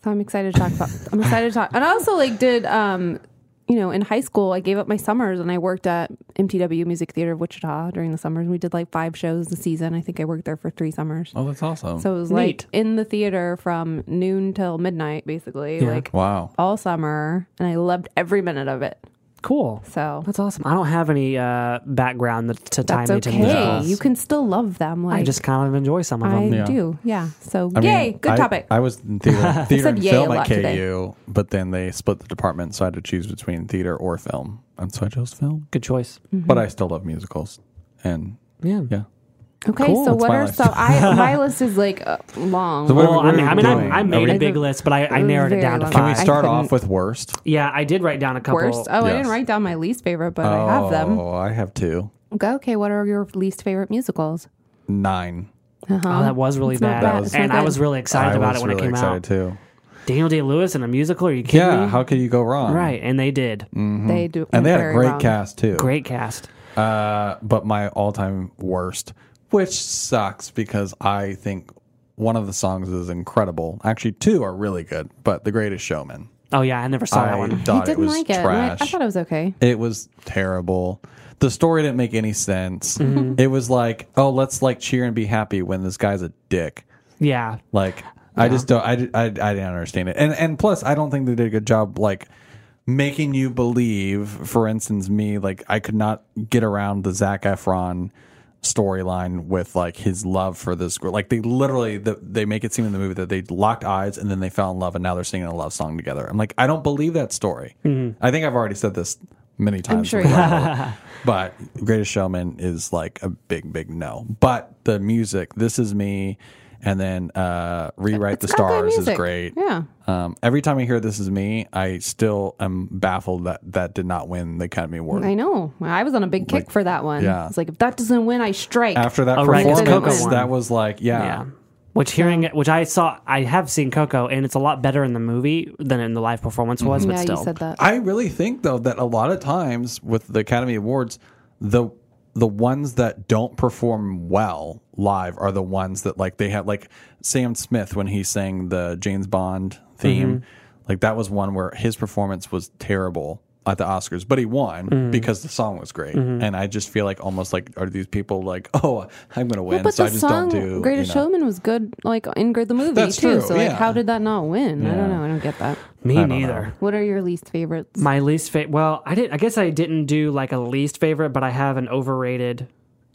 [SPEAKER 2] So I'm excited to talk about. I'm excited to talk. And I also like did, um, you know, in high school, I gave up my summers and I worked at MTW Music Theater of Wichita during the summers. We did like five shows a season. I think I worked there for three summers.
[SPEAKER 3] Oh, that's awesome.
[SPEAKER 2] So it was
[SPEAKER 4] Neat.
[SPEAKER 2] like in the theater from noon till midnight, basically,
[SPEAKER 4] Yeah.
[SPEAKER 2] like
[SPEAKER 3] wow.
[SPEAKER 2] all summer, and I loved every minute of it.
[SPEAKER 4] Cool.
[SPEAKER 2] So
[SPEAKER 4] That's awesome. I don't have any uh, background that- to tie
[SPEAKER 2] that's
[SPEAKER 4] me to
[SPEAKER 2] okay.
[SPEAKER 4] musicals.
[SPEAKER 2] You can still love them. Like
[SPEAKER 4] I just kind of enjoy some of
[SPEAKER 2] I
[SPEAKER 4] them.
[SPEAKER 3] Yeah.
[SPEAKER 2] do. Yeah. So
[SPEAKER 3] I mean,
[SPEAKER 2] yay, good
[SPEAKER 3] I-
[SPEAKER 2] topic.
[SPEAKER 3] I was in theater, theater
[SPEAKER 2] said
[SPEAKER 3] and
[SPEAKER 2] yay
[SPEAKER 3] film
[SPEAKER 2] a
[SPEAKER 3] at
[SPEAKER 2] lot
[SPEAKER 3] KU,
[SPEAKER 2] today.
[SPEAKER 3] but then they split the department, so I had to choose between theater or film, and so I chose film.
[SPEAKER 4] Good choice.
[SPEAKER 2] Mm. Mm-hmm.
[SPEAKER 3] But I still love musicals, and
[SPEAKER 4] Yeah.
[SPEAKER 3] yeah.
[SPEAKER 2] okay.
[SPEAKER 4] cool.
[SPEAKER 2] So
[SPEAKER 4] That's
[SPEAKER 2] what
[SPEAKER 3] my
[SPEAKER 2] are
[SPEAKER 3] list.
[SPEAKER 2] some? I my list is like uh, long.
[SPEAKER 3] So what-
[SPEAKER 4] Well, I mean, I, mean
[SPEAKER 3] doing?
[SPEAKER 4] I, I
[SPEAKER 3] Are
[SPEAKER 4] made
[SPEAKER 3] we-
[SPEAKER 4] a big list, but I, I narrowed it
[SPEAKER 2] Very
[SPEAKER 4] down to
[SPEAKER 2] long.
[SPEAKER 4] five.
[SPEAKER 3] Can we
[SPEAKER 2] I
[SPEAKER 3] start
[SPEAKER 2] couldn't-
[SPEAKER 3] off with worst?
[SPEAKER 4] yeah, I did write down a couple.
[SPEAKER 2] worst. Oh, I
[SPEAKER 3] Yes.
[SPEAKER 2] didn't write down my least favorite, but I have them.
[SPEAKER 3] Oh, I have two.
[SPEAKER 2] Go. Okay, what are your least favorite musicals?
[SPEAKER 3] Nine.
[SPEAKER 4] Oh, that was really
[SPEAKER 2] It's
[SPEAKER 4] bad.
[SPEAKER 2] not bad. That was-
[SPEAKER 4] and I was
[SPEAKER 2] It's not
[SPEAKER 4] really excited
[SPEAKER 3] I
[SPEAKER 4] about
[SPEAKER 3] was
[SPEAKER 4] it when
[SPEAKER 3] really
[SPEAKER 4] it came
[SPEAKER 3] excited
[SPEAKER 4] out.
[SPEAKER 3] too.
[SPEAKER 4] Daniel Day Lewis in a musical? Are you kidding
[SPEAKER 3] Yeah, Mm-hmm.
[SPEAKER 4] me?
[SPEAKER 3] how could you go wrong?
[SPEAKER 4] right, and they did.
[SPEAKER 2] They do.
[SPEAKER 3] And they had a
[SPEAKER 2] very
[SPEAKER 3] great
[SPEAKER 2] wrong.
[SPEAKER 3] cast too.
[SPEAKER 4] Great cast.
[SPEAKER 3] Uh, but my all-time worst, which sucks because I think one of the songs is incredible. Actually, two are really good, but The Greatest Showman.
[SPEAKER 4] Oh yeah, I never saw that
[SPEAKER 3] I
[SPEAKER 4] one.
[SPEAKER 2] I
[SPEAKER 3] thought
[SPEAKER 2] didn't
[SPEAKER 3] it was
[SPEAKER 2] like it. and I,
[SPEAKER 3] trash.
[SPEAKER 2] I thought it was okay.
[SPEAKER 3] It was terrible. The story didn't make any sense. It was like, oh, let's like cheer and be happy when this guy's a dick.
[SPEAKER 4] Yeah,
[SPEAKER 3] Like, I just don't. I, I I didn't understand it. And and plus, I don't think they did a good job like making you believe. For instance, me like I could not get around the Zac Efron storyline with like his love for this girl. Like they literally the, they make it seem in the movie that they locked eyes and then they fell in love and now they're singing a love song together. I'm like, I don't believe that story. I think I've already said this many times.
[SPEAKER 2] sure
[SPEAKER 3] in the
[SPEAKER 2] you
[SPEAKER 3] podcast. But Greatest Showman is like a big, big no. But the music, This Is Me, and then uh, Rewrite the
[SPEAKER 2] It's got good
[SPEAKER 3] Stars is
[SPEAKER 2] music.
[SPEAKER 3] great.
[SPEAKER 2] Yeah.
[SPEAKER 3] Um, every time I hear This Is Me, I still am baffled that that did not win the Academy Award.
[SPEAKER 2] I know. I was on a big kick for that one.
[SPEAKER 3] yeah.
[SPEAKER 2] It's like if that doesn't win, I strike.
[SPEAKER 3] After that
[SPEAKER 4] Oh, right, 'cause
[SPEAKER 3] performance,
[SPEAKER 4] Coco won.
[SPEAKER 3] that was like, yeah.
[SPEAKER 4] yeah. Which hearing it, which I saw, I have seen Coco, and it's a lot better in the movie than in the live performance was.
[SPEAKER 3] Mm-hmm.
[SPEAKER 4] But
[SPEAKER 2] yeah,
[SPEAKER 4] still,
[SPEAKER 2] you said that.
[SPEAKER 3] I really think though that a lot of times with the Academy Awards, the the ones that don't perform well live are the ones that like they have like Sam Smith when he sang the James Bond theme, like that was one where his performance was terrible at the Oscars, but he won because the song was great. And I just feel like almost like are these people like, oh, I'm gonna win,
[SPEAKER 2] Well, but
[SPEAKER 3] so I
[SPEAKER 2] the
[SPEAKER 3] just
[SPEAKER 2] song
[SPEAKER 3] don't do
[SPEAKER 2] Greatest
[SPEAKER 3] you know.
[SPEAKER 2] Showman was good, like in Gr- the movie
[SPEAKER 3] That's
[SPEAKER 2] too.
[SPEAKER 3] true,
[SPEAKER 2] so like,
[SPEAKER 3] yeah.
[SPEAKER 2] how did that not win? I don't
[SPEAKER 3] Yeah.
[SPEAKER 2] know. I don't get that.
[SPEAKER 4] me
[SPEAKER 3] don't
[SPEAKER 4] neither.
[SPEAKER 3] know.
[SPEAKER 2] What are your least favorites?
[SPEAKER 4] My least favorite. Well, I didn't. I guess I didn't do like a least favorite, but I have an overrated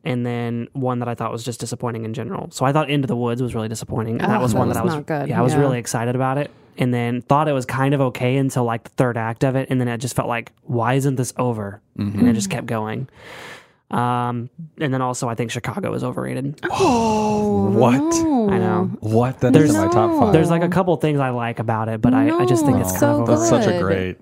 [SPEAKER 4] and then one that I thought was just disappointing in general. So I thought Into the Woods was really disappointing, and that
[SPEAKER 2] Oh,
[SPEAKER 4] was
[SPEAKER 2] that
[SPEAKER 4] one
[SPEAKER 2] was
[SPEAKER 4] that I was
[SPEAKER 2] not good.
[SPEAKER 4] yeah I was
[SPEAKER 2] Yeah.
[SPEAKER 4] really excited about it, and then thought it was kind of okay until like the third act of it, and then it just felt like why isn't this over? And it just kept going. Um, and then also I think Chicago is overrated.
[SPEAKER 3] What?
[SPEAKER 2] Oh.
[SPEAKER 4] I know.
[SPEAKER 3] What? That is in my top
[SPEAKER 2] No.
[SPEAKER 3] five.
[SPEAKER 4] There's like a couple things I like about it, but I, I just think
[SPEAKER 2] Oh. No,
[SPEAKER 4] it's
[SPEAKER 2] it's
[SPEAKER 4] kind of
[SPEAKER 3] That's
[SPEAKER 4] overrated.
[SPEAKER 2] so
[SPEAKER 3] such a
[SPEAKER 2] good.
[SPEAKER 3] great.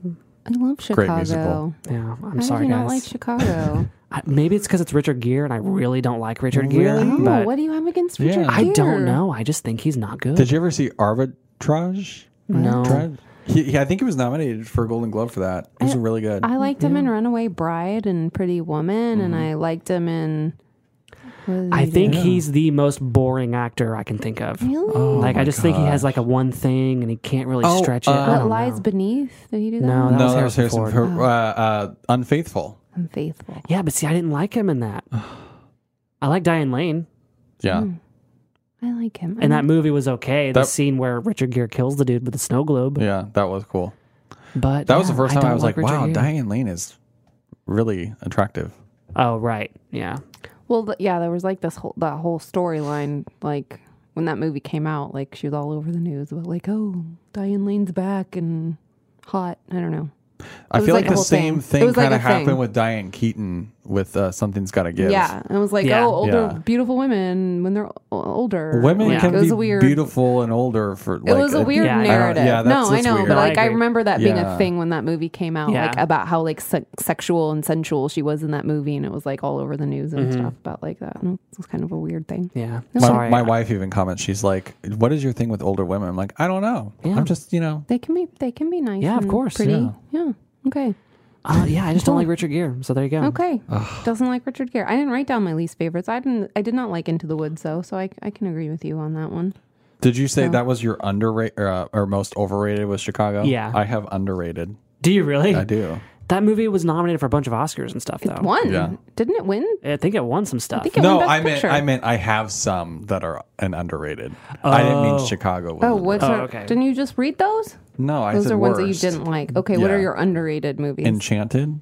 [SPEAKER 2] I love Chicago.
[SPEAKER 3] Great musical.
[SPEAKER 4] Yeah, I'm
[SPEAKER 2] How
[SPEAKER 4] sorry,
[SPEAKER 2] did you
[SPEAKER 4] guys.
[SPEAKER 2] not like Chicago?
[SPEAKER 4] I- Maybe it's because it's Richard Gere, and I really don't like Richard
[SPEAKER 3] Really?
[SPEAKER 4] Gere.
[SPEAKER 2] Oh,
[SPEAKER 4] But
[SPEAKER 2] what do you have against
[SPEAKER 3] Yeah.
[SPEAKER 2] Richard?
[SPEAKER 4] I don't
[SPEAKER 2] Gere?
[SPEAKER 4] know. I just think he's not good.
[SPEAKER 3] Did you ever see Arbitrage?
[SPEAKER 4] no,
[SPEAKER 3] Arbitrage? He, he- I think he was nominated for a Golden Glove for that. He was really good.
[SPEAKER 2] I liked him in Runaway Bride and Pretty Woman, and I liked him in. what did
[SPEAKER 4] I
[SPEAKER 2] he do?
[SPEAKER 4] think he's the most boring actor I can think of.
[SPEAKER 2] Really?
[SPEAKER 4] like I just think he has like a one thing, and he can't really
[SPEAKER 3] Oh,
[SPEAKER 4] stretch it.
[SPEAKER 3] uh,
[SPEAKER 4] I
[SPEAKER 2] what
[SPEAKER 4] don't
[SPEAKER 2] lies
[SPEAKER 4] know.
[SPEAKER 2] beneath? Did he do that?
[SPEAKER 4] No,
[SPEAKER 2] one?
[SPEAKER 4] that
[SPEAKER 3] no,
[SPEAKER 4] was
[SPEAKER 3] that was
[SPEAKER 4] Harrison
[SPEAKER 3] Harrison
[SPEAKER 4] Ford.
[SPEAKER 2] Oh.
[SPEAKER 3] Ford. Uh, uh, Unfaithful.
[SPEAKER 2] I'm faithful.
[SPEAKER 4] Yeah, but see, I didn't like him in that. I like Diane Lane,
[SPEAKER 3] Yeah.
[SPEAKER 2] Hmm. I like him.
[SPEAKER 4] and that movie was okay. The
[SPEAKER 3] That-
[SPEAKER 4] scene where Richard Gere kills the dude with the snow globe,
[SPEAKER 3] Yeah, that was cool.
[SPEAKER 4] but
[SPEAKER 3] That was the
[SPEAKER 4] yeah,
[SPEAKER 3] first time I,
[SPEAKER 4] don't
[SPEAKER 3] was like,
[SPEAKER 4] Richard
[SPEAKER 3] wow,
[SPEAKER 4] Gere.
[SPEAKER 3] Diane Lane is really attractive.
[SPEAKER 4] Oh right, yeah.
[SPEAKER 2] Well, th- yeah, there was like this whole that whole storyline. Like when that movie came out, like she was all over the news about like, oh, Diane Lane's back and hot. I don't know.
[SPEAKER 3] I
[SPEAKER 2] was
[SPEAKER 3] feel
[SPEAKER 2] like
[SPEAKER 3] like, the
[SPEAKER 2] a whole thing.
[SPEAKER 3] same
[SPEAKER 2] It
[SPEAKER 3] thing
[SPEAKER 2] was like
[SPEAKER 3] kind
[SPEAKER 2] a
[SPEAKER 3] of
[SPEAKER 2] thing.
[SPEAKER 3] happened with Diane Keaton with uh, Something's Gotta Give.
[SPEAKER 2] Yeah, and it was like,
[SPEAKER 4] Yeah.
[SPEAKER 2] oh, older,
[SPEAKER 3] Yeah.
[SPEAKER 2] beautiful women when they're o- older.
[SPEAKER 3] Women
[SPEAKER 2] Like,
[SPEAKER 3] can
[SPEAKER 2] it was
[SPEAKER 3] be
[SPEAKER 2] a weird,
[SPEAKER 3] beautiful and older for like uh,
[SPEAKER 2] it was a weird
[SPEAKER 4] Yeah, I-
[SPEAKER 2] narrative.
[SPEAKER 3] yeah, that's-
[SPEAKER 2] no, I
[SPEAKER 3] that's
[SPEAKER 2] know,
[SPEAKER 3] weird.
[SPEAKER 2] but
[SPEAKER 4] No, I
[SPEAKER 2] like I,
[SPEAKER 4] agree.
[SPEAKER 2] remember that being a
[SPEAKER 3] Yeah.
[SPEAKER 2] thing when that movie came out,
[SPEAKER 4] Yeah.
[SPEAKER 2] like about how like se- sexual and sensual she was in that movie, and it was like all over the news and
[SPEAKER 4] Mm-hmm.
[SPEAKER 2] stuff about like that. And it was kind of a weird thing.
[SPEAKER 4] Yeah.
[SPEAKER 3] My,
[SPEAKER 4] Sorry.
[SPEAKER 3] my wife even comments, she's like, What is your thing with older women? I'm like, I don't know.
[SPEAKER 4] Yeah.
[SPEAKER 3] I'm just, you know,
[SPEAKER 2] They can be, they can be nice.
[SPEAKER 4] Yeah, of
[SPEAKER 2] and
[SPEAKER 4] course,
[SPEAKER 2] pretty.
[SPEAKER 3] yeah.
[SPEAKER 2] yeah. Okay.
[SPEAKER 4] Uh, yeah, I just don't like Richard Gere. So there you go.
[SPEAKER 2] Okay. Doesn't like Richard Gere. I didn't write down my least favorites. I didn't. I did not like Into the Woods though, so I, I can agree with you on that one.
[SPEAKER 3] Did you say that was your underrated or, uh, or most overrated was Chicago?
[SPEAKER 4] Yeah.
[SPEAKER 3] I have underrated.
[SPEAKER 4] Do you really?
[SPEAKER 3] I do.
[SPEAKER 4] That movie was nominated for a bunch of Oscars and stuff, though.
[SPEAKER 2] One
[SPEAKER 3] Yeah.
[SPEAKER 2] didn't it win?
[SPEAKER 4] I think it won some stuff.
[SPEAKER 2] think it
[SPEAKER 3] no,
[SPEAKER 2] won Best
[SPEAKER 3] I meant
[SPEAKER 2] Picture.
[SPEAKER 3] I meant I have some that are an underrated. I didn't mean Chicago. Was
[SPEAKER 2] Oh,
[SPEAKER 3] an-
[SPEAKER 2] what's
[SPEAKER 4] Oh,
[SPEAKER 2] our,
[SPEAKER 4] okay.
[SPEAKER 2] Didn't you just read those?
[SPEAKER 3] No, I
[SPEAKER 2] Those
[SPEAKER 3] said
[SPEAKER 2] are ones
[SPEAKER 3] worst.
[SPEAKER 2] that you didn't like. Okay, what are
[SPEAKER 3] Yeah.
[SPEAKER 2] your underrated movies?
[SPEAKER 3] Enchanted.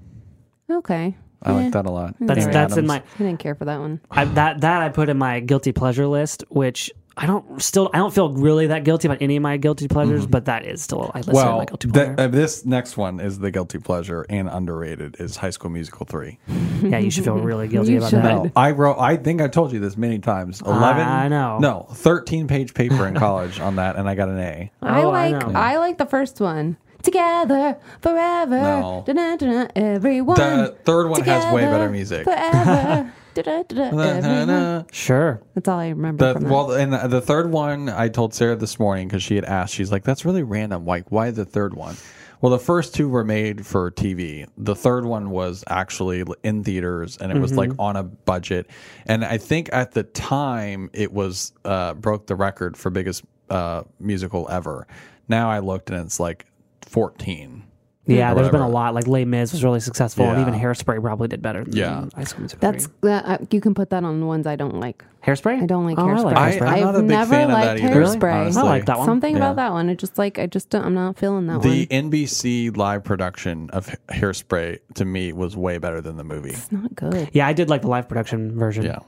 [SPEAKER 2] okay,
[SPEAKER 3] I like that a lot.
[SPEAKER 4] That's
[SPEAKER 3] Amy
[SPEAKER 4] that's in my
[SPEAKER 3] Adams.
[SPEAKER 2] I didn't care for that one.
[SPEAKER 4] I, that that I put in my guilty pleasure list, which I don't still I don't feel really that guilty about any of my guilty pleasures, but that is still I list it in my
[SPEAKER 3] Mm-hmm. Well,
[SPEAKER 4] guilty
[SPEAKER 3] th-
[SPEAKER 4] pleasure.
[SPEAKER 3] uh, this next one is the guilty pleasure and underrated is High School Musical three.
[SPEAKER 4] yeah, you should feel really guilty
[SPEAKER 2] You
[SPEAKER 4] about
[SPEAKER 2] should.
[SPEAKER 4] that.
[SPEAKER 3] No, I wrote. I think I told you this many times. Eleven.
[SPEAKER 4] I know.
[SPEAKER 3] No, thirteen page paper in college on that, and I got an A.
[SPEAKER 2] I
[SPEAKER 4] Oh, I
[SPEAKER 2] like
[SPEAKER 4] know.
[SPEAKER 2] I, like the first one. Together forever,
[SPEAKER 3] No.
[SPEAKER 2] da-da-da-da, everyone.
[SPEAKER 3] The third one has way
[SPEAKER 2] Together
[SPEAKER 3] better music.
[SPEAKER 2] Forever, da-da-da-da, everyone.
[SPEAKER 4] Sure.
[SPEAKER 2] That's all I remember
[SPEAKER 3] The,
[SPEAKER 2] from that.
[SPEAKER 3] well, and the, the third one I told Sarah this morning because she had asked. She's like, "That's really random. Like, why the third one?" Well, the first two were made for TV. The third one was actually in theaters, and it was
[SPEAKER 2] Mm-hmm.
[SPEAKER 3] like on a budget. And I think at the time it was uh, broke the record for biggest uh, musical ever. Now I looked and it's like fourteen.
[SPEAKER 4] Yeah, there's been a
[SPEAKER 3] whatever.
[SPEAKER 4] lot. Like Les Mis was really successful, and
[SPEAKER 3] Yeah.
[SPEAKER 4] even Hairspray probably did better. Than
[SPEAKER 3] Yeah.
[SPEAKER 4] High School Musical.
[SPEAKER 2] That's
[SPEAKER 4] three.
[SPEAKER 2] that, I, you can put that on the ones I don't like.
[SPEAKER 4] Hairspray.
[SPEAKER 2] I don't like
[SPEAKER 4] Oh,
[SPEAKER 2] hairspray.
[SPEAKER 4] I like Hairspray.
[SPEAKER 3] I- I'm
[SPEAKER 2] have
[SPEAKER 3] not a big
[SPEAKER 2] never
[SPEAKER 3] fan of that
[SPEAKER 2] liked
[SPEAKER 3] either,
[SPEAKER 2] hairspray.
[SPEAKER 3] honestly.
[SPEAKER 4] I like that one.
[SPEAKER 2] Something
[SPEAKER 3] Yeah.
[SPEAKER 2] about that one. It just like I just don't, I'm not feeling that
[SPEAKER 3] The
[SPEAKER 2] one.
[SPEAKER 3] NBC live production of H- Hairspray to me was way better than the movie.
[SPEAKER 2] It's not good.
[SPEAKER 4] Yeah, I did like the live production version.
[SPEAKER 3] Yeah.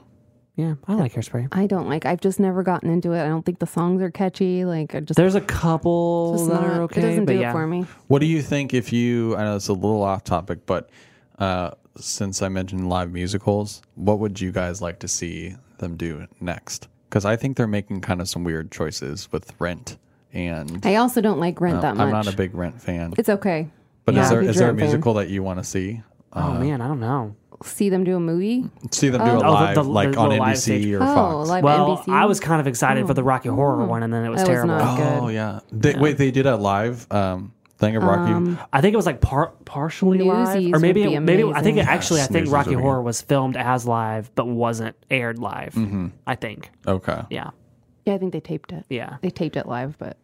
[SPEAKER 4] Yeah, I like Hairspray.
[SPEAKER 2] I don't like. I've just never gotten into it. I don't think the songs are catchy. Like I just,
[SPEAKER 4] There's a couple
[SPEAKER 2] just
[SPEAKER 4] that
[SPEAKER 2] not-
[SPEAKER 4] are okay,
[SPEAKER 2] it doesn't
[SPEAKER 4] but
[SPEAKER 2] do
[SPEAKER 4] yeah.
[SPEAKER 2] it for me.
[SPEAKER 3] What do you think if you? I know it's a little off topic, but uh, since I mentioned live musicals, what would you guys like to see them do next? Because I think they're making kind of some weird choices with Rent, and um,
[SPEAKER 2] I also don't like Rent that much.
[SPEAKER 3] I'm not a big Rent fan.
[SPEAKER 2] it's okay.
[SPEAKER 3] But
[SPEAKER 2] yeah,
[SPEAKER 3] is there
[SPEAKER 2] huge
[SPEAKER 3] is there a
[SPEAKER 2] Rent fan.
[SPEAKER 3] musical that you want to see? Um,
[SPEAKER 4] Oh man, I don't know.
[SPEAKER 2] See them do a movie.
[SPEAKER 3] See them do a
[SPEAKER 4] the-
[SPEAKER 3] live,
[SPEAKER 4] the-
[SPEAKER 3] like
[SPEAKER 4] the
[SPEAKER 3] on
[SPEAKER 4] live stage-
[SPEAKER 3] NBC or
[SPEAKER 2] oh,
[SPEAKER 3] Fox.
[SPEAKER 2] live
[SPEAKER 4] Well,
[SPEAKER 2] NBC.
[SPEAKER 4] I was kind of excited for the Rocky Horror one, and then it was
[SPEAKER 2] Oh. Mm. That was
[SPEAKER 4] terrible.
[SPEAKER 2] not-
[SPEAKER 3] oh
[SPEAKER 2] good.
[SPEAKER 3] yeah. They, Wait, they did a live um, thing of Rocky.
[SPEAKER 4] I think it was like par- partially live,
[SPEAKER 2] Newsies
[SPEAKER 4] or maybe
[SPEAKER 2] would be
[SPEAKER 4] it, maybe I think it
[SPEAKER 2] amazing.
[SPEAKER 4] actually I
[SPEAKER 3] Yes,
[SPEAKER 4] think
[SPEAKER 3] Newsies
[SPEAKER 4] Rocky
[SPEAKER 3] would be-
[SPEAKER 4] Horror was filmed as live but wasn't aired live.
[SPEAKER 3] Mm-hmm.
[SPEAKER 4] I think,
[SPEAKER 3] okay.
[SPEAKER 4] yeah,
[SPEAKER 2] yeah, I think they taped it.
[SPEAKER 4] yeah,
[SPEAKER 2] They taped it live, but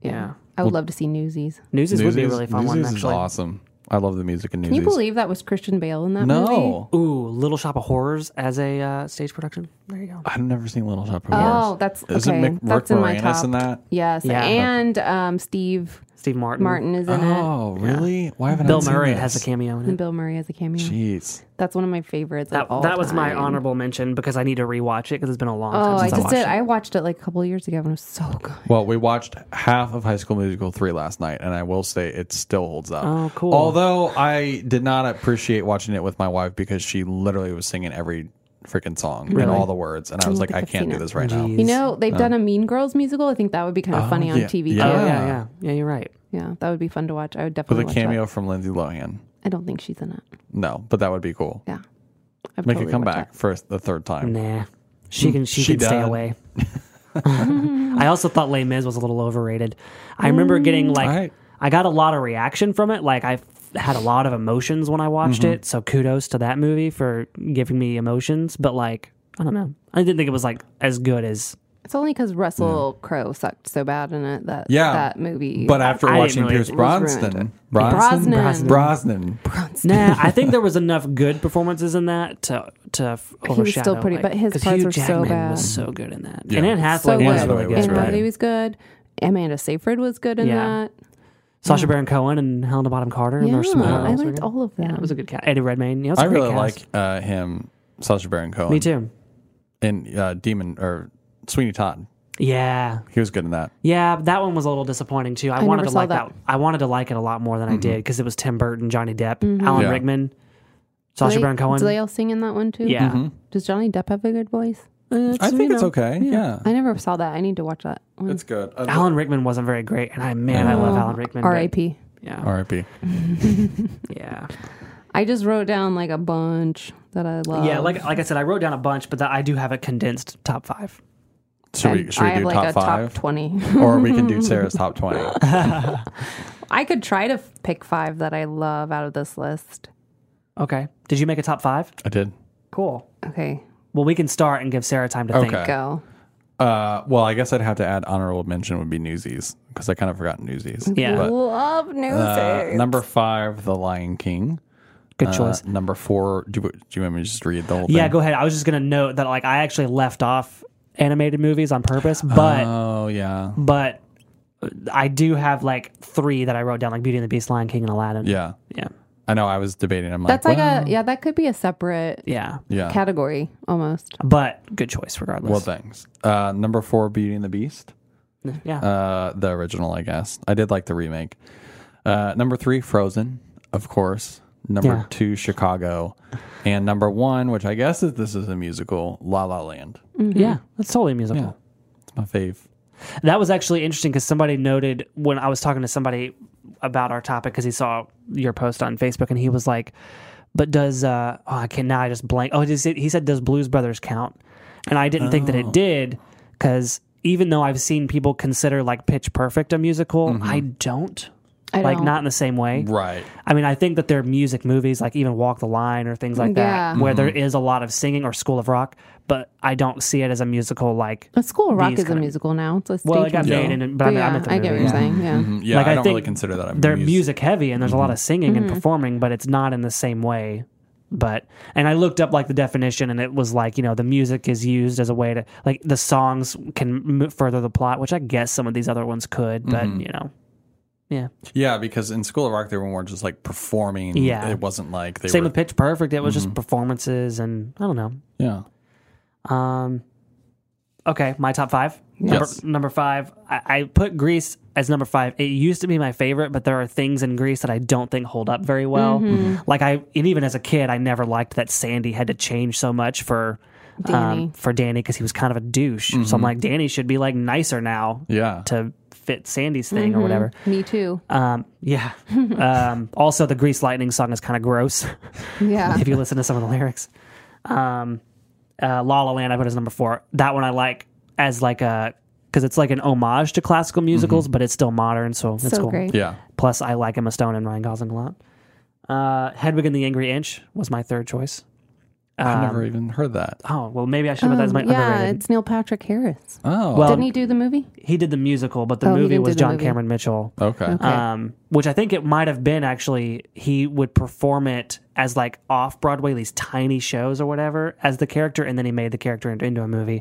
[SPEAKER 2] yeah,
[SPEAKER 4] Yeah.
[SPEAKER 2] I would love to see Newsies.
[SPEAKER 4] Newsies, would be a
[SPEAKER 3] Newsies-
[SPEAKER 4] really fun
[SPEAKER 3] Newsies
[SPEAKER 4] one
[SPEAKER 3] is
[SPEAKER 4] actually.
[SPEAKER 3] awesome. I love the music in Newsies.
[SPEAKER 2] Can you believe that was Christian Bale in that
[SPEAKER 3] No.
[SPEAKER 2] movie?
[SPEAKER 4] Ooh, Little Shop of Horrors as a uh, stage production. There you go.
[SPEAKER 3] I've never seen Little Shop of
[SPEAKER 2] Oh,
[SPEAKER 3] Horrors.
[SPEAKER 2] that's
[SPEAKER 3] Isn't
[SPEAKER 2] okay.
[SPEAKER 3] Mick,
[SPEAKER 2] that's
[SPEAKER 3] Rick
[SPEAKER 2] in my
[SPEAKER 3] Moranis
[SPEAKER 2] top.
[SPEAKER 3] in that?
[SPEAKER 2] Yes,
[SPEAKER 4] Yeah.
[SPEAKER 2] and um, Steve
[SPEAKER 4] Steve Martin.
[SPEAKER 2] Martin is in
[SPEAKER 3] Oh, really? Why haven't I
[SPEAKER 4] Bill
[SPEAKER 3] seen
[SPEAKER 4] Murray
[SPEAKER 3] this?
[SPEAKER 4] has a cameo
[SPEAKER 2] it,
[SPEAKER 4] in
[SPEAKER 2] and
[SPEAKER 4] it.
[SPEAKER 2] Bill Murray has a cameo.
[SPEAKER 3] Jeez.
[SPEAKER 2] That's one of my favorites.
[SPEAKER 4] That,
[SPEAKER 2] of all
[SPEAKER 4] that was my
[SPEAKER 2] time.
[SPEAKER 4] honorable mention because I need to rewatch it because it's been a long
[SPEAKER 2] Oh,
[SPEAKER 4] time
[SPEAKER 2] I
[SPEAKER 4] since I,
[SPEAKER 2] just
[SPEAKER 4] watched
[SPEAKER 2] did.
[SPEAKER 4] it.
[SPEAKER 2] I watched it like a couple of years ago, and it was so good.
[SPEAKER 3] Well, we watched half of High School Musical 3 last night, and I will say it still holds up.
[SPEAKER 4] Oh, cool.
[SPEAKER 3] Although I did not appreciate watching it with my wife because she literally was singing every freaking song and all the words. And I was like,
[SPEAKER 2] think
[SPEAKER 3] I
[SPEAKER 2] I've
[SPEAKER 3] can't
[SPEAKER 2] seen
[SPEAKER 3] do
[SPEAKER 2] it.
[SPEAKER 3] this right now.
[SPEAKER 2] You know, they've done a Mean Girls musical. I think that would be kind of funny on
[SPEAKER 3] yeah.
[SPEAKER 2] TV.
[SPEAKER 3] Yeah.
[SPEAKER 4] Oh,
[SPEAKER 2] Yeah. Too.
[SPEAKER 4] yeah, yeah, yeah. You're right.
[SPEAKER 2] yeah, that would be fun to watch. I would
[SPEAKER 3] With
[SPEAKER 2] definitely
[SPEAKER 3] a
[SPEAKER 2] watch
[SPEAKER 3] cameo
[SPEAKER 2] That.
[SPEAKER 3] from Lindsay Lohan.
[SPEAKER 2] I don't think she's in it.
[SPEAKER 3] No, but that would be cool.
[SPEAKER 2] Yeah, I'd
[SPEAKER 3] Make
[SPEAKER 2] totally watch
[SPEAKER 3] a comeback
[SPEAKER 2] that.
[SPEAKER 3] for the third time.
[SPEAKER 4] Nah, she can she,
[SPEAKER 3] She
[SPEAKER 4] can stay
[SPEAKER 3] died.
[SPEAKER 4] away. I also thought Les Mis was a little overrated. I remember
[SPEAKER 2] Mm.
[SPEAKER 4] getting like
[SPEAKER 3] Alright.
[SPEAKER 4] I got a lot of reaction from it. Like I f- had a lot of emotions when I watched
[SPEAKER 3] Mm-hmm.
[SPEAKER 4] it. So kudos to that movie for giving me emotions. But like I don't know, I didn't think it was like as good as
[SPEAKER 2] It's only because Russell Crowe sucked so bad in it that
[SPEAKER 3] Yeah.
[SPEAKER 2] that movie.
[SPEAKER 3] But after
[SPEAKER 4] I didn't
[SPEAKER 3] watching
[SPEAKER 4] really-
[SPEAKER 3] Pierce
[SPEAKER 4] it
[SPEAKER 2] was ruined.
[SPEAKER 3] Brosnan, Brosnan,
[SPEAKER 2] Brosnan.
[SPEAKER 3] Brosnan,
[SPEAKER 4] Nah, I think there was enough good performances in that to to f-
[SPEAKER 2] was
[SPEAKER 4] overshadow.
[SPEAKER 2] still pretty-
[SPEAKER 4] like-
[SPEAKER 2] but his
[SPEAKER 4] 'cause
[SPEAKER 2] parts
[SPEAKER 4] Hugh
[SPEAKER 2] were so
[SPEAKER 4] Jackman
[SPEAKER 2] bad.
[SPEAKER 4] Was so good in that,
[SPEAKER 3] Yeah.
[SPEAKER 4] and Anne Hathaway
[SPEAKER 2] so
[SPEAKER 3] Anne
[SPEAKER 4] was really
[SPEAKER 2] good.
[SPEAKER 3] Hathaway
[SPEAKER 4] good.
[SPEAKER 3] was
[SPEAKER 4] in
[SPEAKER 2] Anne
[SPEAKER 4] that.
[SPEAKER 3] right.
[SPEAKER 2] Hathaway was good. Amanda Seyfried was good in
[SPEAKER 4] Yeah.
[SPEAKER 2] that.
[SPEAKER 4] Sasha Baron Cohen and Helena Bottom Carter and
[SPEAKER 2] Yeah,
[SPEAKER 4] their small.
[SPEAKER 2] I
[SPEAKER 4] roles were good.
[SPEAKER 2] liked all of them.
[SPEAKER 4] Yeah, it was a good cast. Eddie Redmayne. Yeah, it was a
[SPEAKER 3] I
[SPEAKER 4] great
[SPEAKER 3] really
[SPEAKER 4] cast.
[SPEAKER 3] like uh, him, Sacha Baron Cohen.
[SPEAKER 4] Me too.
[SPEAKER 3] And uh, Demon or Sweeney Todd.
[SPEAKER 4] Yeah,
[SPEAKER 3] He was good in that.
[SPEAKER 4] yeah. That one was a little disappointing too. I,
[SPEAKER 2] I
[SPEAKER 4] wanted
[SPEAKER 2] never
[SPEAKER 4] to
[SPEAKER 2] saw
[SPEAKER 4] like that.
[SPEAKER 2] that.
[SPEAKER 4] I wanted to like it a lot more than I did because it was Tim Burton, Johnny Depp, Alan
[SPEAKER 3] Mm-hmm. Yeah.
[SPEAKER 4] Rickman,
[SPEAKER 2] Mm-hmm. Do
[SPEAKER 4] Sasha
[SPEAKER 2] they-
[SPEAKER 4] Baron Cohen.
[SPEAKER 2] Do they all sing in that one too?
[SPEAKER 4] yeah,
[SPEAKER 3] Mm-hmm.
[SPEAKER 2] Does Johnny Depp have a good voice?
[SPEAKER 3] I think it's okay. Yeah.
[SPEAKER 2] I never saw that. I need to watch that. one. Oh,
[SPEAKER 3] It's good. I-
[SPEAKER 4] Alan Rickman wasn't very great, and I man, I love Alan Rickman. but-
[SPEAKER 2] R.I.P.
[SPEAKER 4] Yeah,
[SPEAKER 3] R.I.P.
[SPEAKER 4] yeah.
[SPEAKER 2] I just wrote down like a bunch that I love.
[SPEAKER 4] Yeah, like like I said, I wrote down a bunch, but that I do have a condensed top five.
[SPEAKER 3] Should we,
[SPEAKER 2] And
[SPEAKER 3] should
[SPEAKER 2] I
[SPEAKER 3] we
[SPEAKER 2] have
[SPEAKER 3] do
[SPEAKER 2] like
[SPEAKER 3] top
[SPEAKER 2] a
[SPEAKER 3] five?
[SPEAKER 2] top twenty.
[SPEAKER 3] or we can do Sarah's top 20.
[SPEAKER 2] I could try to f- pick five that I love out of this list.
[SPEAKER 4] Okay. Did you make a top five?
[SPEAKER 3] I did.
[SPEAKER 4] Cool.
[SPEAKER 2] Okay,
[SPEAKER 4] Well, we can start and give Sarah time to
[SPEAKER 3] Okay.
[SPEAKER 4] think.
[SPEAKER 2] go.
[SPEAKER 3] Uh, well, I guess I'd have to add honorable mention would be Newsies because I kind of forgot Newsies.
[SPEAKER 4] Yeah.
[SPEAKER 3] But,
[SPEAKER 2] love news.
[SPEAKER 3] uh, number five, The Lion King.
[SPEAKER 4] Good
[SPEAKER 3] Uh,
[SPEAKER 4] choice.
[SPEAKER 3] number four, do, you- do you want me to just read the whole thing?
[SPEAKER 4] yeah, go ahead. I was just gonna note that like I actually left off animated movies on purpose, but
[SPEAKER 3] Oh, yeah.
[SPEAKER 4] but I do have like three that I wrote down, like Beauty and the Beast, Lion King, and Aladdin.
[SPEAKER 3] Yeah.
[SPEAKER 4] Yeah.
[SPEAKER 3] I know I was debating. I'm like,
[SPEAKER 2] That's like
[SPEAKER 3] well,
[SPEAKER 2] a yeah. That could be a separate
[SPEAKER 4] Yeah.
[SPEAKER 3] yeah.
[SPEAKER 2] category almost.
[SPEAKER 4] But good choice regardless.
[SPEAKER 3] well, thanks. Uh, number four, Beauty and the Beast.
[SPEAKER 4] yeah.
[SPEAKER 3] Uh, the original, I guess. I did like the remake. Uh, number three, Frozen, of course. Number
[SPEAKER 4] Yeah.
[SPEAKER 3] two, Chicago, and number one, which I guess is this is a musical, La La Land.
[SPEAKER 2] Mm-hmm.
[SPEAKER 4] Yeah. That's totally a musical.
[SPEAKER 3] Yeah, it's my fave.
[SPEAKER 4] That was actually interesting because somebody noted when I was talking to somebody about our topic because he saw your post on Facebook and he was like, "But does uh, oh, I can now I just blank. Oh, does it, he said does Blues Brothers count?" And I didn't think that
[SPEAKER 3] Oh.
[SPEAKER 4] it did because even though I've seen people consider like Pitch Perfect a musical, I don't.
[SPEAKER 2] I
[SPEAKER 4] like
[SPEAKER 2] don't.
[SPEAKER 4] not in the same way.
[SPEAKER 3] Mm-hmm. Right.
[SPEAKER 4] I mean, I think that there are music movies like even Walk the Line or things like that
[SPEAKER 2] Yeah.
[SPEAKER 4] where
[SPEAKER 3] Mm-hmm.
[SPEAKER 4] there is a lot of singing or School of Rock, but I don't see it as a musical like
[SPEAKER 2] But School of Rock
[SPEAKER 4] These
[SPEAKER 2] is a
[SPEAKER 4] kinda-
[SPEAKER 2] musical now. It's a stage
[SPEAKER 4] well, it got
[SPEAKER 2] musical.
[SPEAKER 4] made, in, but I mean,
[SPEAKER 2] yeah,
[SPEAKER 4] I meant the Mm-hmm.
[SPEAKER 2] I
[SPEAKER 4] movie.
[SPEAKER 2] get what you're saying. Yeah.
[SPEAKER 3] Mm, Yeah,
[SPEAKER 4] Like,
[SPEAKER 3] I
[SPEAKER 4] I
[SPEAKER 3] don't
[SPEAKER 4] think
[SPEAKER 3] really consider that. A
[SPEAKER 4] They're
[SPEAKER 3] mus-
[SPEAKER 4] music heavy, and there's a lot of
[SPEAKER 3] Mm-hmm.
[SPEAKER 4] singing and performing, but it's not in the same way. But and I looked up like the definition, and it was like you know the music is used as a way to like the songs can m- further the plot, which I guess some of these other ones could, but
[SPEAKER 3] Mm-hmm.
[SPEAKER 4] you know, yeah.
[SPEAKER 3] Yeah, because in School of Rock they were more just like performing.
[SPEAKER 4] Yeah.
[SPEAKER 3] it wasn't like they
[SPEAKER 4] Same
[SPEAKER 3] were. Mm-hmm.
[SPEAKER 4] with Pitch Perfect, it was just performances, and I don't know.
[SPEAKER 3] yeah,
[SPEAKER 4] Um, okay, my top five.
[SPEAKER 3] Yes.
[SPEAKER 4] Number, number five. I, I put Greece as number five. It used to be my favorite, but there are things in Greece that I don't think hold up very well.
[SPEAKER 3] Mm-hmm.
[SPEAKER 4] Like I, and even as a kid, I never liked that Sandy had to change so much for
[SPEAKER 2] Danny.
[SPEAKER 4] um, for Danny because he was kind of a douche. So I'm like, Danny should be like nicer now
[SPEAKER 3] Mm-hmm. yeah.
[SPEAKER 4] to fit Sandy's thing or whatever.
[SPEAKER 2] Me too.
[SPEAKER 4] Um, yeah. um, also, the Grease Lightning song is kind of gross.
[SPEAKER 2] Yeah.
[SPEAKER 4] if you listen to some of the lyrics. Um, uh, La La Land I put as number four. That one I like as like a because it's like an homage to classical musicals, but it's still modern, so it's
[SPEAKER 2] Mm-hmm. so
[SPEAKER 4] cool.
[SPEAKER 2] great.
[SPEAKER 3] yeah,
[SPEAKER 4] Plus, I like Emma Stone and Ryan Gosling a lot. Uh, Hedwig and the Angry Inch was my third choice.
[SPEAKER 3] I've
[SPEAKER 4] um,
[SPEAKER 3] never even heard that.
[SPEAKER 4] Oh well, maybe I should put that as my
[SPEAKER 2] Um, yeah,
[SPEAKER 4] underrated. Um,
[SPEAKER 2] it's Neil Patrick Harris.
[SPEAKER 3] Oh,
[SPEAKER 4] well,
[SPEAKER 2] Didn't he do the movie?
[SPEAKER 4] he did the musical, but the
[SPEAKER 2] Oh, he
[SPEAKER 4] movie
[SPEAKER 2] didn't
[SPEAKER 4] was
[SPEAKER 2] do the
[SPEAKER 4] John
[SPEAKER 2] movie.
[SPEAKER 4] Cameron Mitchell.
[SPEAKER 3] okay.
[SPEAKER 2] Okay.
[SPEAKER 4] Um, which I think it might have been actually he would perform it as like off Broadway, these tiny shows or whatever, as the character, and then he made the character into, into a movie,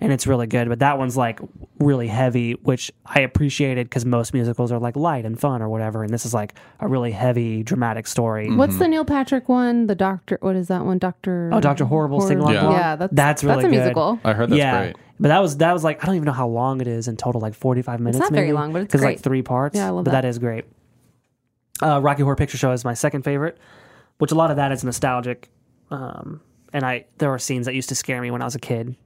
[SPEAKER 4] and it's really good. But that one's like really heavy, which I appreciated because most musicals are like light and fun or whatever, and this is like a really heavy dramatic story.
[SPEAKER 2] What's the Neil Patrick one? The doctor. What is that one? Doctor.
[SPEAKER 4] mm-hmm. Oh, Dr. Horrible sing-along
[SPEAKER 2] Yeah.
[SPEAKER 3] blog?
[SPEAKER 2] that's
[SPEAKER 4] That's really
[SPEAKER 2] that's a
[SPEAKER 4] good.
[SPEAKER 2] musical.
[SPEAKER 3] I heard that's
[SPEAKER 4] yeah,
[SPEAKER 3] great.
[SPEAKER 4] but that was that was like I don't even know how long it is in total, like forty five minutes.
[SPEAKER 2] not very
[SPEAKER 4] maybe,
[SPEAKER 2] long, but it's
[SPEAKER 4] 'cause, like
[SPEAKER 2] great.
[SPEAKER 4] three parts.
[SPEAKER 2] Yeah, I love
[SPEAKER 4] but
[SPEAKER 2] that.
[SPEAKER 4] that is great. Uh, Rocky Horror Picture Show is my second favorite, which a lot of that is nostalgic. Um, and I there were scenes that used to scare me when I was a kid,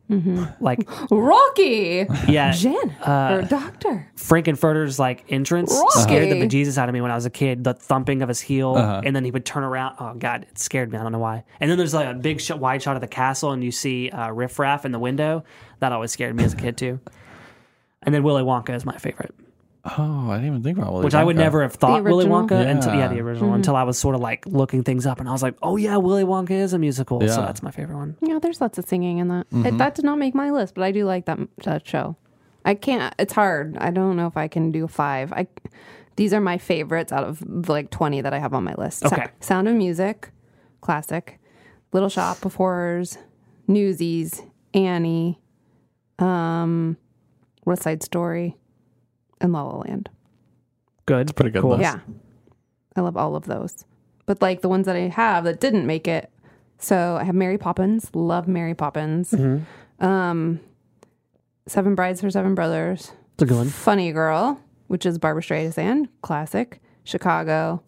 [SPEAKER 4] like
[SPEAKER 2] Rocky.
[SPEAKER 4] yeah,
[SPEAKER 2] Mm-hmm. Jen.
[SPEAKER 4] Uh,
[SPEAKER 2] or Doctor.
[SPEAKER 4] Frankenfurter's like entrance scared the
[SPEAKER 2] Rocky.
[SPEAKER 4] bejesus out of me when I was a kid. The thumping of his heel, and then he would turn around. Oh god, it scared me. I don't know why. And then there's like a big sh- wide shot of the castle, and you see uh, Riff Raff in the window. That always scared me as a kid too. And then Willy Wonka is my favorite,
[SPEAKER 3] Oh, I didn't even think about Willy
[SPEAKER 4] which I would
[SPEAKER 3] Wonka.
[SPEAKER 4] never have thought
[SPEAKER 2] The
[SPEAKER 4] Willy
[SPEAKER 2] original?
[SPEAKER 4] Wonka until yeah
[SPEAKER 3] Yeah.
[SPEAKER 4] the original until I was sort of like looking things up, and I was like, oh yeah, Willy Wonka is a musical, so
[SPEAKER 3] Yeah.
[SPEAKER 4] that's my favorite one.
[SPEAKER 2] Yeah, there's lots of singing in that. It, that did not make my list, but I do like that, that show. I can't. It's hard. I don't know if I can do five. I. These are my favorites out of the, like twenty that I have on my list. Sou-
[SPEAKER 4] Okay.
[SPEAKER 2] Sound of Music, classic. Little Shop of Horrors, Newsies, Annie, um, West Side Story, and La La Land.
[SPEAKER 4] Good,
[SPEAKER 3] pretty good list.
[SPEAKER 2] Yeah. I love all of those. But like the ones that I have that didn't make it. So I have Mary Poppins, love Mary Poppins. Um, Seven Brides for Seven Brothers,
[SPEAKER 4] It's a good one.
[SPEAKER 2] Funny Girl, which is Barbara Streisand, classic, Chicago,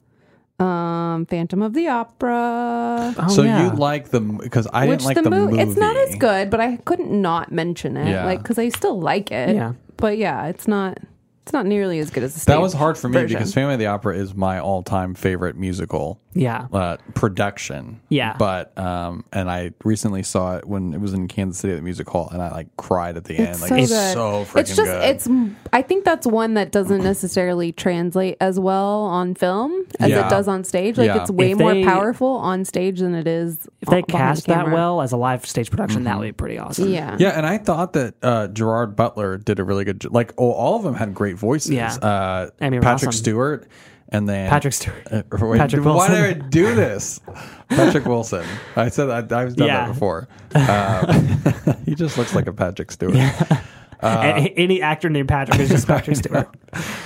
[SPEAKER 2] um, Phantom of the Opera.
[SPEAKER 4] Oh,
[SPEAKER 3] So
[SPEAKER 4] yeah.
[SPEAKER 3] you like the because I
[SPEAKER 2] which
[SPEAKER 3] didn't like
[SPEAKER 2] the,
[SPEAKER 3] the,
[SPEAKER 2] mo-
[SPEAKER 3] movie.
[SPEAKER 2] it's not as good, but I couldn't not mention it,
[SPEAKER 3] Yeah.
[SPEAKER 2] like because I still like it.
[SPEAKER 4] Yeah.
[SPEAKER 2] But yeah, it's not it's not nearly as good as the
[SPEAKER 3] That
[SPEAKER 2] stage
[SPEAKER 3] was hard for me
[SPEAKER 2] version.
[SPEAKER 3] because Family of the Opera is my all-time favorite musical
[SPEAKER 4] yeah,
[SPEAKER 3] uh, production.
[SPEAKER 4] Yeah.
[SPEAKER 3] but um, and I recently saw it when it was in Kansas City at the Music Hall, and I like cried at the end. Like it's
[SPEAKER 2] good.
[SPEAKER 3] so freaking
[SPEAKER 2] It's just
[SPEAKER 3] good.
[SPEAKER 2] it's. I think that's one that doesn't necessarily translate as well on film as
[SPEAKER 3] Yeah.
[SPEAKER 2] it does on stage. Like
[SPEAKER 3] Yeah.
[SPEAKER 2] it's way
[SPEAKER 4] If
[SPEAKER 2] more
[SPEAKER 4] they-
[SPEAKER 2] powerful on stage than it is.
[SPEAKER 4] if they
[SPEAKER 2] on- behind
[SPEAKER 4] cast
[SPEAKER 2] the
[SPEAKER 4] that
[SPEAKER 2] camera.
[SPEAKER 4] well as a live stage production, that would be pretty awesome.
[SPEAKER 2] yeah.
[SPEAKER 3] Yeah, and I thought that uh, Gerard Butler did a really good. jo- Like, oh, all of them had great voices.
[SPEAKER 4] Yeah.
[SPEAKER 3] uh,
[SPEAKER 4] Amy
[SPEAKER 3] Patrick
[SPEAKER 4] Rossum.
[SPEAKER 3] Stewart, and then
[SPEAKER 4] Patrick Stewart.
[SPEAKER 3] Uh, wait,
[SPEAKER 4] Patrick
[SPEAKER 3] why
[SPEAKER 4] Wilson.
[SPEAKER 3] did I do this? Patrick Wilson. I said I, I've done
[SPEAKER 4] Yeah.
[SPEAKER 3] that before. Um, he just looks like a Patrick Stewart.
[SPEAKER 4] A- any actor named Patrick is just Patrick Stewart.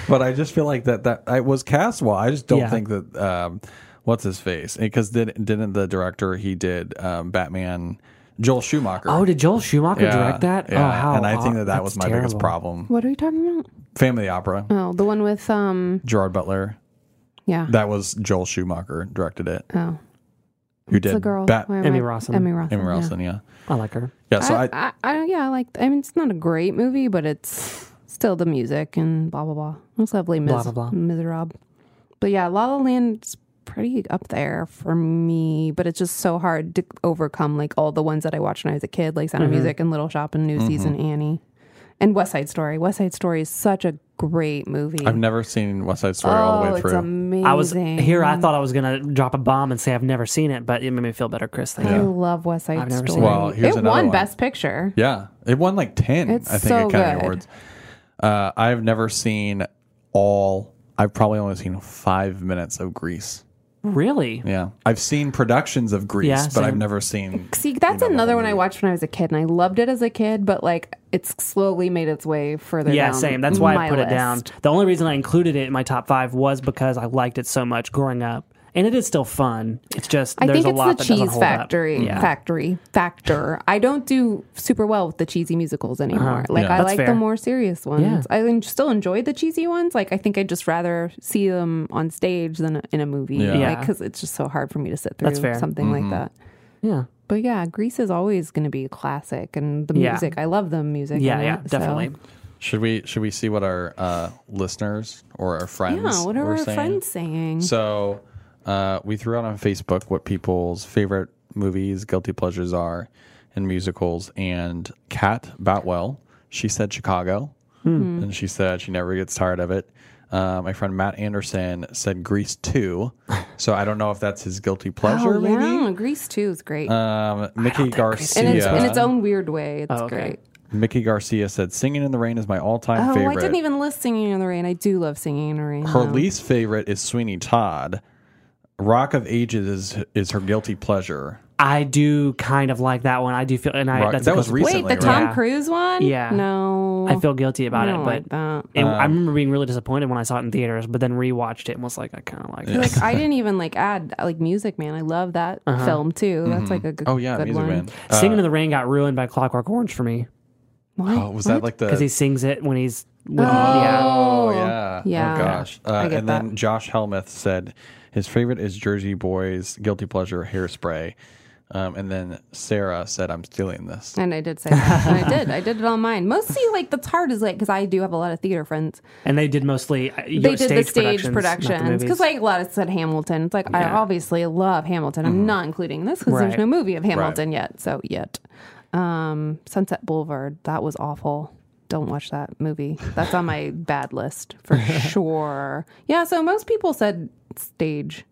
[SPEAKER 3] But I just feel like that that I was cast well. I just don't
[SPEAKER 4] Yeah.
[SPEAKER 3] think that um, what's his face because did, didn't the director he did um, Batman Joel Schumacher.
[SPEAKER 4] Oh, did Joel Schumacher direct that?
[SPEAKER 3] Yeah.
[SPEAKER 4] Oh, how?
[SPEAKER 3] and I think
[SPEAKER 4] aw-
[SPEAKER 3] that that
[SPEAKER 4] that's
[SPEAKER 3] was my
[SPEAKER 4] terrible.
[SPEAKER 3] biggest problem.
[SPEAKER 2] What are we talking about?
[SPEAKER 3] Family Opera.
[SPEAKER 2] Oh, the one with um.
[SPEAKER 3] Gerard Butler.
[SPEAKER 2] Yeah.
[SPEAKER 3] That was Joel Schumacher directed it.
[SPEAKER 2] oh,
[SPEAKER 3] Who did
[SPEAKER 2] the girl.
[SPEAKER 3] Bat-
[SPEAKER 2] Why am
[SPEAKER 4] Emmy
[SPEAKER 2] I-
[SPEAKER 4] Rossum.
[SPEAKER 2] Emmy Rossum.
[SPEAKER 3] Amy Ralston, yeah.
[SPEAKER 4] I like her.
[SPEAKER 3] Yeah, so I,
[SPEAKER 2] I, I, I, yeah, I like. I mean, it's not a great movie, but it's still the music and blah blah blah. I also have Les Mis-
[SPEAKER 4] Blah, blah, blah.
[SPEAKER 2] Miserables. But yeah, La La Land's pretty up there for me. But it's just so hard to overcome like all the ones that I watched when I was a kid, like
[SPEAKER 3] Mm-hmm.
[SPEAKER 2] Sound of Music and Little Shop and Newsies and Annie, and West Side Story. West Side Story is such a great movie.
[SPEAKER 3] I've never seen West Side Story
[SPEAKER 2] oh,
[SPEAKER 3] all the way
[SPEAKER 2] it's
[SPEAKER 3] through.
[SPEAKER 2] amazing.
[SPEAKER 4] I was here. I thought I was gonna drop a bomb and say I've never seen it, but it made me feel better, Chris. Thank
[SPEAKER 2] I
[SPEAKER 4] you.
[SPEAKER 2] love West Side
[SPEAKER 4] I've never seen
[SPEAKER 2] Story.
[SPEAKER 3] it. Well, here's
[SPEAKER 2] it
[SPEAKER 3] another
[SPEAKER 2] won
[SPEAKER 3] one.
[SPEAKER 2] Best Picture.
[SPEAKER 3] yeah, it won like ten,
[SPEAKER 2] It's
[SPEAKER 3] I think,
[SPEAKER 2] so
[SPEAKER 3] Academy
[SPEAKER 2] good.
[SPEAKER 3] Awards. Uh, I've never seen all. I've probably only seen five minutes of Grease.
[SPEAKER 4] Really?
[SPEAKER 3] Yeah, I've seen productions of Grease,
[SPEAKER 4] Yeah,
[SPEAKER 3] but I've
[SPEAKER 4] same.
[SPEAKER 3] never seen.
[SPEAKER 2] See, that's
[SPEAKER 3] know, the
[SPEAKER 2] another
[SPEAKER 3] whole
[SPEAKER 2] one I
[SPEAKER 3] movie.
[SPEAKER 2] watched when I was a kid, and I loved it as a kid, but like it's slowly made its way further.
[SPEAKER 4] Yeah,
[SPEAKER 2] down
[SPEAKER 4] same. That's why
[SPEAKER 2] my
[SPEAKER 4] I put
[SPEAKER 2] list.
[SPEAKER 4] it down. The only reason I included it in my top five was because I liked it so much growing up, and it is still fun. It's just
[SPEAKER 2] I
[SPEAKER 4] there's
[SPEAKER 2] think
[SPEAKER 4] a
[SPEAKER 2] it's
[SPEAKER 4] lot
[SPEAKER 2] the
[SPEAKER 4] that doesn't
[SPEAKER 2] cheese
[SPEAKER 4] hold up.
[SPEAKER 2] factory,
[SPEAKER 4] Yeah.
[SPEAKER 2] factory, factor. I don't do super well with the cheesy musicals anymore. Like
[SPEAKER 3] Yeah.
[SPEAKER 2] I
[SPEAKER 3] That's
[SPEAKER 2] like the
[SPEAKER 4] Uh-huh. fair.
[SPEAKER 2] more serious ones.
[SPEAKER 4] Yeah.
[SPEAKER 2] I en- still enjoy the cheesy ones. Like I think I'd just rather see them on stage than in a movie.
[SPEAKER 3] Yeah.
[SPEAKER 4] Yeah.
[SPEAKER 2] because it's just so hard for me to sit through
[SPEAKER 4] That's fair.
[SPEAKER 2] something like that.
[SPEAKER 4] Yeah.
[SPEAKER 2] But yeah, Grease is always going to be a classic, and the
[SPEAKER 4] Yeah.
[SPEAKER 2] music. I love the music.
[SPEAKER 4] Yeah,
[SPEAKER 2] in
[SPEAKER 4] yeah,
[SPEAKER 2] it, so-
[SPEAKER 4] definitely.
[SPEAKER 3] Should we should we see what our uh, listeners or our friends?
[SPEAKER 2] Yeah, what are
[SPEAKER 3] were
[SPEAKER 2] our
[SPEAKER 3] saying?
[SPEAKER 2] friends saying?
[SPEAKER 3] So uh, we threw out on Facebook what people's favorite movies, guilty pleasures are, and musicals. And Kat Batwell, she said Chicago,
[SPEAKER 2] Hmm.
[SPEAKER 3] and she said she never gets tired of it. Uh, my friend Matt Anderson said Grease 2. so I don't know if that's his guilty pleasure,
[SPEAKER 2] oh,
[SPEAKER 3] maybe.
[SPEAKER 2] yeah, Grease too is great
[SPEAKER 3] Um, Mickey
[SPEAKER 4] think Grease
[SPEAKER 3] Garcia.
[SPEAKER 2] in, its, in its own weird way. It's
[SPEAKER 4] Oh, okay.
[SPEAKER 2] great.
[SPEAKER 3] Mickey Garcia said, "Singing in the Rain is my all-time
[SPEAKER 2] Oh,
[SPEAKER 3] favorite."
[SPEAKER 2] I didn't even list Singing in the Rain. I do love Singing in the Rain.
[SPEAKER 3] Her
[SPEAKER 2] though.
[SPEAKER 3] least favorite is Sweeney Todd. Rock of Ages is, is her guilty pleasure.
[SPEAKER 4] I do kind of like that one. I do feel, and I
[SPEAKER 3] Rock-
[SPEAKER 4] that's
[SPEAKER 3] that was
[SPEAKER 4] because-
[SPEAKER 3] recently.
[SPEAKER 2] Wait, the
[SPEAKER 3] right?
[SPEAKER 2] Tom
[SPEAKER 4] Yeah.
[SPEAKER 2] Cruise one?
[SPEAKER 4] Yeah.
[SPEAKER 2] No.
[SPEAKER 4] I feel guilty
[SPEAKER 2] I
[SPEAKER 4] about
[SPEAKER 2] don't
[SPEAKER 4] it,
[SPEAKER 2] like
[SPEAKER 4] but
[SPEAKER 2] that.
[SPEAKER 4] it,
[SPEAKER 3] Um,
[SPEAKER 4] I remember being really disappointed when I saw it in theaters, but then rewatched it and was like, I kind of like it.
[SPEAKER 2] Like I didn't even like add like Music Man. I love that
[SPEAKER 4] Uh-huh.
[SPEAKER 2] film too. That's like a good
[SPEAKER 3] Oh yeah,
[SPEAKER 2] good
[SPEAKER 3] Music
[SPEAKER 2] one.
[SPEAKER 3] Man.
[SPEAKER 4] Singing in the Rain got ruined by Clockwork Orange for me
[SPEAKER 2] Why?
[SPEAKER 3] Oh, was that like the?
[SPEAKER 4] because he sings it when he's when he- yeah.
[SPEAKER 3] oh yeah.
[SPEAKER 2] Yeah.
[SPEAKER 3] Oh gosh. Uh,
[SPEAKER 2] I get
[SPEAKER 3] and then Josh Helmuth said his favorite is Jersey Boys' guilty pleasure, Hairspray. Um, and then Sarah said, "I'm stealing this."
[SPEAKER 2] And I did say that. and I did. I did it on mine. Mostly like that's hard is like because I do have a lot of theater friends.
[SPEAKER 4] and they did mostly uh, your
[SPEAKER 2] They did
[SPEAKER 4] stage
[SPEAKER 2] the stage
[SPEAKER 4] productions,
[SPEAKER 2] productions because like a lot of said Hamilton. It's like I
[SPEAKER 4] Yeah. Mm-hmm.
[SPEAKER 2] obviously love Hamilton. I'm not including this because there's
[SPEAKER 4] Right.
[SPEAKER 2] no movie of Hamilton yet. So yet, um, Sunset Boulevard that was awful. Don't watch that movie. That's on my bad list for sure. Yeah. So most people said stage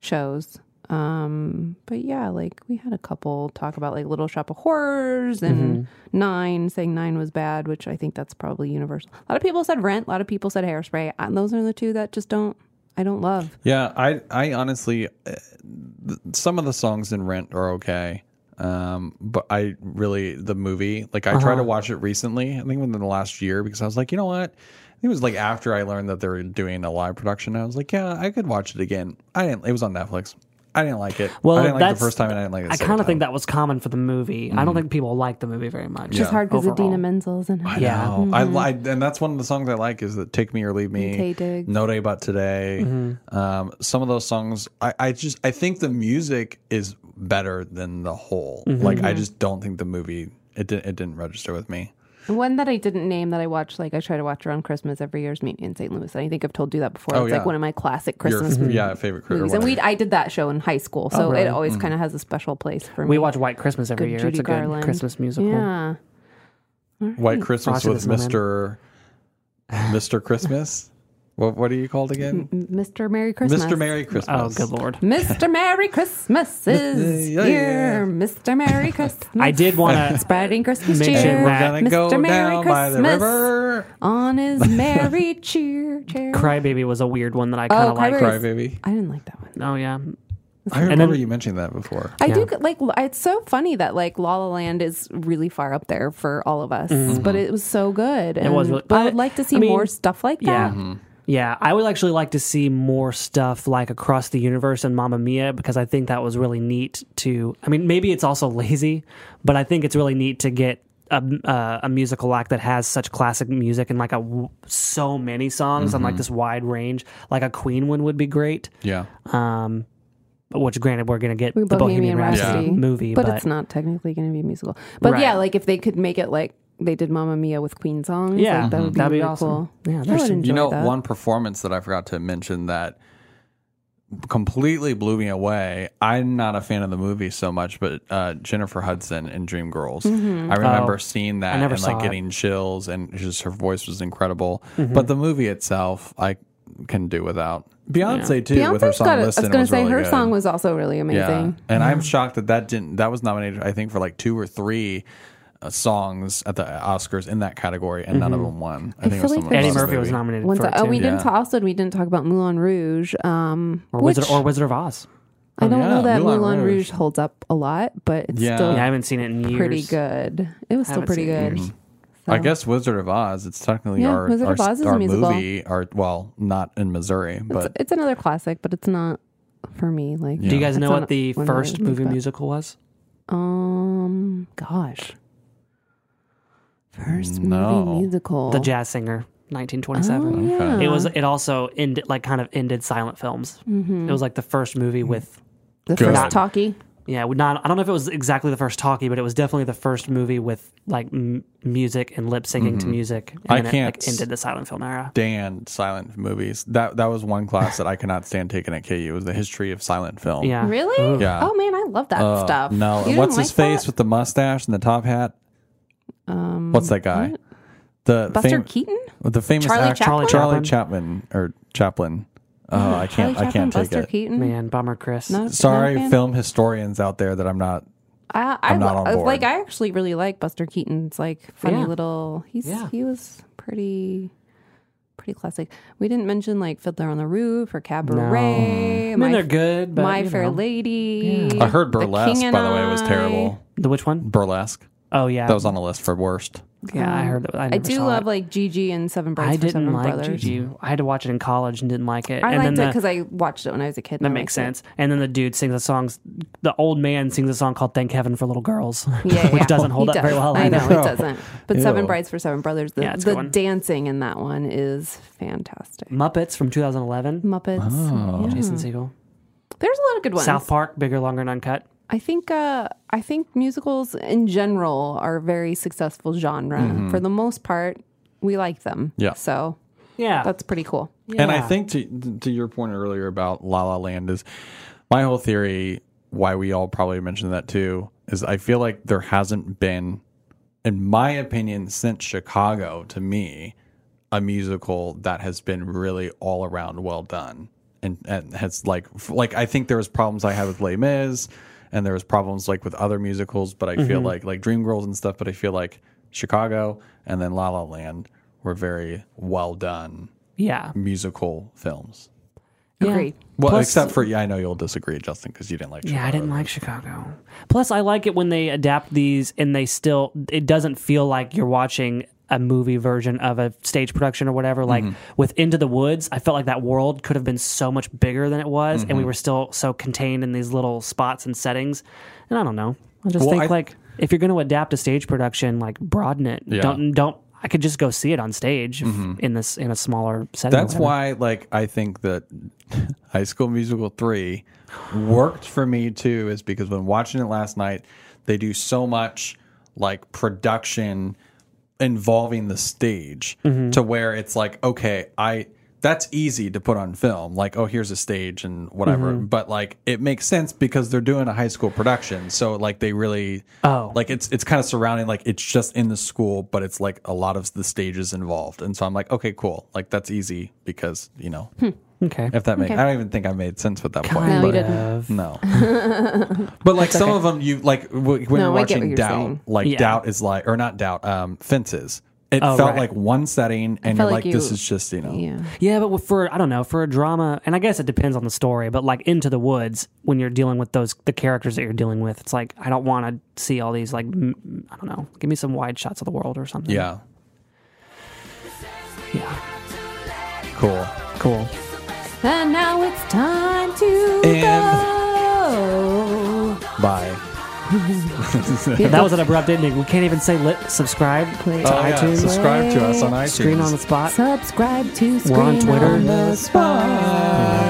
[SPEAKER 2] shows. Um, but yeah, like we had a couple talk about like Little Shop of Horrors and Nine, saying Nine was bad, which I think that's probably universal. A lot of people said Rent, a lot of people said Hairspray, and those are the two that just don't I don't love.
[SPEAKER 3] Yeah, I I honestly, uh, th- some of the songs in Rent are okay, um, but I really the movie like I tried to
[SPEAKER 4] Uh-huh.
[SPEAKER 3] watch it recently. I think within the last year because I was like, you know what, I think it was like after I learned that they were doing a live production. I was like, yeah, I could watch it again. I didn't. It was on Netflix. I didn't like it.
[SPEAKER 4] Well,
[SPEAKER 3] I didn't like
[SPEAKER 4] that's-
[SPEAKER 3] the first time, and I didn't like it. The
[SPEAKER 4] I kind of think that was common for the movie. I don't think people liked the movie very much.
[SPEAKER 2] It's hard because
[SPEAKER 4] Overall.
[SPEAKER 2] Adina Menzel's in it.
[SPEAKER 4] Yeah.
[SPEAKER 3] No, I,
[SPEAKER 2] Mm-hmm.
[SPEAKER 3] li- I and that's one of the songs I like is that "Take Me or Leave Me,"
[SPEAKER 2] Okay, Diggs.
[SPEAKER 3] "No Day But Today."
[SPEAKER 4] Mm-hmm.
[SPEAKER 3] Um, some of those songs, I, I just I think the music is better than the whole.
[SPEAKER 4] Mm-hmm.
[SPEAKER 3] Like
[SPEAKER 2] Mm-hmm.
[SPEAKER 3] I just don't think the movie it didn't it didn't register with me.
[SPEAKER 2] One that I didn't name that I watch, like I try to watch around Christmas every year is Meet Me in St. Louis. And I think I've told you that before.
[SPEAKER 3] Oh,
[SPEAKER 2] it's
[SPEAKER 3] yeah.
[SPEAKER 2] like one of my classic
[SPEAKER 3] Your
[SPEAKER 2] Christmas
[SPEAKER 3] yeah favorite crew.
[SPEAKER 2] movies. And we I did that show in high school, so it always
[SPEAKER 3] Mm-hmm.
[SPEAKER 2] kind of has a special place for me.
[SPEAKER 4] We watch White Christmas every year. it's a good Christmas musical.
[SPEAKER 2] Yeah.
[SPEAKER 3] White Christmas
[SPEAKER 4] Mm-hmm. Frosty
[SPEAKER 3] with
[SPEAKER 4] the Snowman.
[SPEAKER 3] Mister Mister Christmas. What what are you called again?
[SPEAKER 2] M- Mr. Merry Christmas.
[SPEAKER 3] Mister Merry Christmas.
[SPEAKER 4] Oh, good lord.
[SPEAKER 2] Mr. Merry Christmas is
[SPEAKER 3] Yeah, yeah, yeah.
[SPEAKER 2] here. Mr. Merry Christmas.
[SPEAKER 4] I did want to.
[SPEAKER 2] Spreading Christmas
[SPEAKER 4] Mention
[SPEAKER 2] cheer.
[SPEAKER 3] We're
[SPEAKER 4] that.
[SPEAKER 3] gonna
[SPEAKER 2] Mr.
[SPEAKER 3] go
[SPEAKER 2] Merry
[SPEAKER 3] down by the
[SPEAKER 2] Christmas.
[SPEAKER 3] river.
[SPEAKER 2] On his merry cheer. cheer.
[SPEAKER 4] Crybaby was a weird one that I kind of liked.
[SPEAKER 2] Crybaby.
[SPEAKER 3] Cry baby.
[SPEAKER 2] I didn't like that one.
[SPEAKER 4] Oh yeah,
[SPEAKER 3] I remember
[SPEAKER 4] then-
[SPEAKER 3] you mentioned that before.
[SPEAKER 2] I do
[SPEAKER 4] Yeah.
[SPEAKER 2] do like it's so funny that like La La Land is really far up there for all of us, but it was so good. And
[SPEAKER 4] was really-
[SPEAKER 2] I
[SPEAKER 4] but,
[SPEAKER 2] would like to see
[SPEAKER 4] I mean,
[SPEAKER 2] more stuff like
[SPEAKER 4] yeah,
[SPEAKER 2] that.
[SPEAKER 4] yeah. I would actually like to see more stuff like across the universe and Mamma Mia because I think that was really neat to. I mean, maybe it's also lazy, but I think it's really neat to get. A, uh, a musical act that has such classic music and like a w- so many songs and like this wide range, like a Queen one would be great.
[SPEAKER 3] Yeah.
[SPEAKER 4] Um, which granted we're gonna get the
[SPEAKER 2] Bohemian
[SPEAKER 4] Bohemian Rhapsody,
[SPEAKER 2] Rhapsody
[SPEAKER 4] movie,
[SPEAKER 2] but,
[SPEAKER 4] but,
[SPEAKER 2] it's not technically going to be a musical. But
[SPEAKER 4] Right.
[SPEAKER 2] yeah, like if they could make it like they did Mamma Mia with Queen songs,
[SPEAKER 4] Yeah.
[SPEAKER 2] like, that would be,
[SPEAKER 4] That'd be
[SPEAKER 2] really
[SPEAKER 4] awesome.
[SPEAKER 2] cool.
[SPEAKER 4] Yeah,
[SPEAKER 2] I
[SPEAKER 4] there's
[SPEAKER 2] would
[SPEAKER 4] some-
[SPEAKER 2] enjoy
[SPEAKER 4] You
[SPEAKER 3] You know,
[SPEAKER 2] that.
[SPEAKER 3] one performance that I forgot to mention that completely blew me away. I'm not a fan of the movie so much, but uh, Jennifer Hudson in Dreamgirls.
[SPEAKER 2] Mm-hmm.
[SPEAKER 3] I remember
[SPEAKER 4] Oh,
[SPEAKER 3] seeing that
[SPEAKER 4] never
[SPEAKER 3] and
[SPEAKER 4] saw
[SPEAKER 3] like
[SPEAKER 4] it.
[SPEAKER 3] getting chills, and just her voice was incredible.
[SPEAKER 2] Mm-hmm.
[SPEAKER 3] But the movie itself, I can do without. Beyonce too with her
[SPEAKER 2] Beyonce's
[SPEAKER 3] song
[SPEAKER 2] got. A, I was
[SPEAKER 3] "Listen"
[SPEAKER 2] going to
[SPEAKER 3] was
[SPEAKER 2] say
[SPEAKER 3] really
[SPEAKER 2] her
[SPEAKER 3] good.
[SPEAKER 2] song was also really
[SPEAKER 3] Yeah,
[SPEAKER 2] amazing.
[SPEAKER 3] and I'm shocked that that didn't that was nominated. I think for like two or three. Uh, songs at the Oscars in that category, and none of them won. I, think it
[SPEAKER 2] Mm-hmm.
[SPEAKER 3] was
[SPEAKER 2] feel like
[SPEAKER 3] someone
[SPEAKER 2] there's-
[SPEAKER 4] Eddie
[SPEAKER 3] else's
[SPEAKER 4] Murphy was
[SPEAKER 3] movie.
[SPEAKER 4] nominated
[SPEAKER 2] Once
[SPEAKER 4] for
[SPEAKER 2] I-
[SPEAKER 4] it
[SPEAKER 2] oh,
[SPEAKER 4] too.
[SPEAKER 2] we didn't
[SPEAKER 3] Yeah.
[SPEAKER 2] ta- also we didn't talk about Moulin Rouge, um,
[SPEAKER 4] or
[SPEAKER 2] which
[SPEAKER 4] Wizard or Wizard of Oz.
[SPEAKER 2] I don't
[SPEAKER 3] yeah,
[SPEAKER 2] know that
[SPEAKER 3] Moulin
[SPEAKER 2] Moulin, Rouge.
[SPEAKER 3] Rouge.
[SPEAKER 2] holds up a lot, but it's
[SPEAKER 3] Yeah.
[SPEAKER 2] still
[SPEAKER 4] Yeah, I haven't seen it in years.
[SPEAKER 2] pretty good. It was still
[SPEAKER 4] Haven't
[SPEAKER 2] pretty
[SPEAKER 4] seen it in
[SPEAKER 2] good.
[SPEAKER 4] years.
[SPEAKER 3] I guess Wizard of Oz. It's technically
[SPEAKER 2] Yeah,
[SPEAKER 3] our
[SPEAKER 2] Wizard
[SPEAKER 3] our,
[SPEAKER 2] of Oz is a
[SPEAKER 3] our
[SPEAKER 2] musical.
[SPEAKER 3] movie. Our well, not in Missouri,
[SPEAKER 2] It's,
[SPEAKER 3] but
[SPEAKER 2] it's another classic, but it's not for me. Like,
[SPEAKER 3] Yeah.
[SPEAKER 4] Do you guys
[SPEAKER 2] It's
[SPEAKER 4] know
[SPEAKER 2] on
[SPEAKER 4] what the
[SPEAKER 2] one of
[SPEAKER 4] first
[SPEAKER 2] those,
[SPEAKER 4] movie
[SPEAKER 2] but-
[SPEAKER 4] musical was?
[SPEAKER 2] um, gosh, first
[SPEAKER 3] No.
[SPEAKER 2] movie musical,
[SPEAKER 4] The Jazz Singer, 1927.
[SPEAKER 2] Oh, Yeah.
[SPEAKER 4] It was. It also ended like kind of ended silent films.
[SPEAKER 2] Mm-hmm.
[SPEAKER 4] It was like the first movie with.
[SPEAKER 2] the
[SPEAKER 3] Good.
[SPEAKER 2] first talkie.
[SPEAKER 4] Yeah, we not. I don't know if it was exactly the first talkie, but it was definitely the first movie with like m- music and lip syncing to music. And
[SPEAKER 3] Mm-hmm. I
[SPEAKER 4] then
[SPEAKER 3] can't
[SPEAKER 4] It, like, ended the silent film era.
[SPEAKER 3] Dan silent movies. That that was one class that I cannot stand taking at KU. Was the history of silent film.
[SPEAKER 4] Yeah.
[SPEAKER 2] Really?
[SPEAKER 3] Yeah.
[SPEAKER 2] Oh man, I love that
[SPEAKER 3] Uh,
[SPEAKER 2] stuff.
[SPEAKER 3] No,
[SPEAKER 2] You
[SPEAKER 3] and what's
[SPEAKER 2] didn't
[SPEAKER 3] his
[SPEAKER 2] like
[SPEAKER 3] face
[SPEAKER 2] that?
[SPEAKER 3] with the mustache and the top hat? Um, what's that guy? The
[SPEAKER 2] Buster
[SPEAKER 3] fam-
[SPEAKER 2] Keaton?
[SPEAKER 3] with the famous
[SPEAKER 2] Charlie
[SPEAKER 3] actor,
[SPEAKER 2] Chaplin?
[SPEAKER 3] Charlie Chapman or Chaplin. Oh, I
[SPEAKER 2] Charlie
[SPEAKER 3] can't. I
[SPEAKER 2] Chaplin,
[SPEAKER 3] can't take
[SPEAKER 2] Buster
[SPEAKER 3] it.
[SPEAKER 2] Keaton.
[SPEAKER 4] Man, bummer, Chris.
[SPEAKER 2] Not a- not a
[SPEAKER 3] Sorry,
[SPEAKER 2] fan?
[SPEAKER 3] film historians out there that I'm not
[SPEAKER 2] I, I
[SPEAKER 3] I'm not on
[SPEAKER 2] I-
[SPEAKER 3] board.
[SPEAKER 2] like. I actually really like Buster Keaton's like funny
[SPEAKER 4] Yeah.
[SPEAKER 2] little. He's
[SPEAKER 4] Yeah.
[SPEAKER 2] he was pretty. Pretty classic. We didn't mention like Fiddler on the Roof or Cabaret.
[SPEAKER 4] I mean, they're good, but
[SPEAKER 2] My
[SPEAKER 4] you
[SPEAKER 2] Fair
[SPEAKER 4] know.
[SPEAKER 2] Lady.
[SPEAKER 3] I heard
[SPEAKER 2] The
[SPEAKER 3] burlesque,
[SPEAKER 2] King
[SPEAKER 3] by
[SPEAKER 2] and
[SPEAKER 3] the way, was
[SPEAKER 2] I.
[SPEAKER 3] terrible.
[SPEAKER 4] The which one?
[SPEAKER 3] Burlesque.
[SPEAKER 4] Oh yeah,
[SPEAKER 3] That was on the list for worst.
[SPEAKER 4] yeah. I heard that. I,
[SPEAKER 2] I
[SPEAKER 4] never
[SPEAKER 2] do
[SPEAKER 4] saw
[SPEAKER 2] love
[SPEAKER 4] it.
[SPEAKER 2] like Gigi and Seven Brides
[SPEAKER 4] I
[SPEAKER 2] for
[SPEAKER 4] didn't
[SPEAKER 2] Seven
[SPEAKER 4] like
[SPEAKER 2] Brothers.
[SPEAKER 4] Gigi. I had to watch it in college and didn't like it.
[SPEAKER 2] I
[SPEAKER 4] and
[SPEAKER 2] liked
[SPEAKER 4] then
[SPEAKER 2] it
[SPEAKER 4] the,
[SPEAKER 2] because I watched it when I was a kid.
[SPEAKER 4] that makes sense. And then the dude sings a song. The old man sings a song called "Thank Heaven for Little Girls,"
[SPEAKER 2] Yeah,
[SPEAKER 4] which
[SPEAKER 2] yeah.
[SPEAKER 4] doesn't hold
[SPEAKER 2] He
[SPEAKER 4] up
[SPEAKER 2] does.
[SPEAKER 4] very well.
[SPEAKER 2] I know
[SPEAKER 3] No.
[SPEAKER 2] it doesn't. But Seven
[SPEAKER 3] Ew.
[SPEAKER 2] Brides for Seven Brothers, the,
[SPEAKER 4] Yeah, it's a good
[SPEAKER 2] the
[SPEAKER 4] one.
[SPEAKER 2] dancing in that one is fantastic.
[SPEAKER 4] Muppets from 2011.
[SPEAKER 2] Muppets. yeah.
[SPEAKER 4] Jason Segel.
[SPEAKER 2] There's a lot of good ones.
[SPEAKER 4] Oh. South Park, bigger, longer, and uncut.
[SPEAKER 2] I think uh, I think musicals in general are a very successful genre.
[SPEAKER 4] Mm-hmm.
[SPEAKER 2] For the most part, we like them.
[SPEAKER 3] Yeah.
[SPEAKER 2] So
[SPEAKER 4] Yeah,
[SPEAKER 2] that's pretty cool.
[SPEAKER 3] And I
[SPEAKER 4] Yeah.
[SPEAKER 3] think to to your point earlier about La La Land is my whole theory why we all probably mentioned that too is I feel like there hasn't been in my opinion since Chicago to me a musical that has been really all around well done and, and has like f- like I think there was problems I had with Les Mis and there was problems like with other musicals but I feel like like Dreamgirls and stuff but I feel like Chicago and then La La Land were very well done
[SPEAKER 4] yeah.
[SPEAKER 3] musical films.
[SPEAKER 4] Yeah.
[SPEAKER 2] Agreed.
[SPEAKER 3] Well,
[SPEAKER 4] Plus-
[SPEAKER 3] except for yeah, I know you'll disagree, Justin, because you didn't like.
[SPEAKER 4] Yeah,
[SPEAKER 3] Chicago.
[SPEAKER 4] I didn't like Chicago. Plus, I like it when they adapt these and they still, it doesn't feel like you're watching a movie version of a stage production or whatever. Like
[SPEAKER 3] Mm-hmm.
[SPEAKER 4] with Into the Woods, I felt like that world could have been so much bigger than it was, and
[SPEAKER 3] Mm-hmm.
[SPEAKER 4] we were still so contained in these little spots and settings. And I don't know. I just
[SPEAKER 3] Well,
[SPEAKER 4] think
[SPEAKER 3] I-
[SPEAKER 4] like if you're going to adapt a stage production, like broaden it.
[SPEAKER 3] Yeah. Mm-hmm.
[SPEAKER 4] Don't, don't, I could just go see it on stage if- in this, in a smaller setting. or
[SPEAKER 3] That's
[SPEAKER 4] whatever.
[SPEAKER 3] why, like, I think that High School Musical three worked for me too, is because when watching it last night, they do so much like production involving the stage
[SPEAKER 4] Mm-hmm.
[SPEAKER 3] to where it's like, okay, I that's easy to put on film, like, oh, here's a stage and whatever.
[SPEAKER 4] Mm-hmm.
[SPEAKER 3] But like, it makes sense because they're doing a high school production, so like, they really,
[SPEAKER 4] Oh.
[SPEAKER 3] like it's it's kind of surrounding, like it's just in the school, but it's like a lot of the stages involved, and so I'm like, okay, cool, like that's easy because you know
[SPEAKER 4] Hmm. Okay.
[SPEAKER 3] if that makes, I don't even think I made sense with that point.
[SPEAKER 2] No, you
[SPEAKER 3] but-
[SPEAKER 2] didn't.
[SPEAKER 4] Of-
[SPEAKER 3] no. but like some of them, you like w- when
[SPEAKER 2] No,
[SPEAKER 3] you're
[SPEAKER 2] I get what
[SPEAKER 3] watching
[SPEAKER 2] you're
[SPEAKER 3] Doubt,
[SPEAKER 2] saying.
[SPEAKER 3] like
[SPEAKER 4] Yeah.
[SPEAKER 3] Doubt is like, or not Doubt, um, Fences. It
[SPEAKER 4] Oh,
[SPEAKER 3] felt
[SPEAKER 4] right.
[SPEAKER 3] like one setting, and you're
[SPEAKER 2] felt
[SPEAKER 3] like,
[SPEAKER 2] like you-
[SPEAKER 3] this is just you know,
[SPEAKER 2] Yeah.
[SPEAKER 4] Yeah, but for I don't know for a drama, and I guess it depends on the story. But like Into the Woods, when you're dealing with those the characters that you're dealing with, it's like I don't want to see all these like m- I don't know. Give me some wide shots of the world or something.
[SPEAKER 3] yeah,
[SPEAKER 4] yeah,
[SPEAKER 3] cool.
[SPEAKER 4] cool.
[SPEAKER 2] And now it's time to
[SPEAKER 3] And-
[SPEAKER 2] go.
[SPEAKER 3] Bye.
[SPEAKER 4] That was an abrupt ending. We can't even say lit subscribe to
[SPEAKER 3] Oh, yeah,
[SPEAKER 4] iTunes.
[SPEAKER 3] subscribe to us on iTunes.
[SPEAKER 4] Screen on the spot.
[SPEAKER 2] Subscribe to Screen
[SPEAKER 4] We're on Twitter.
[SPEAKER 2] the Spot.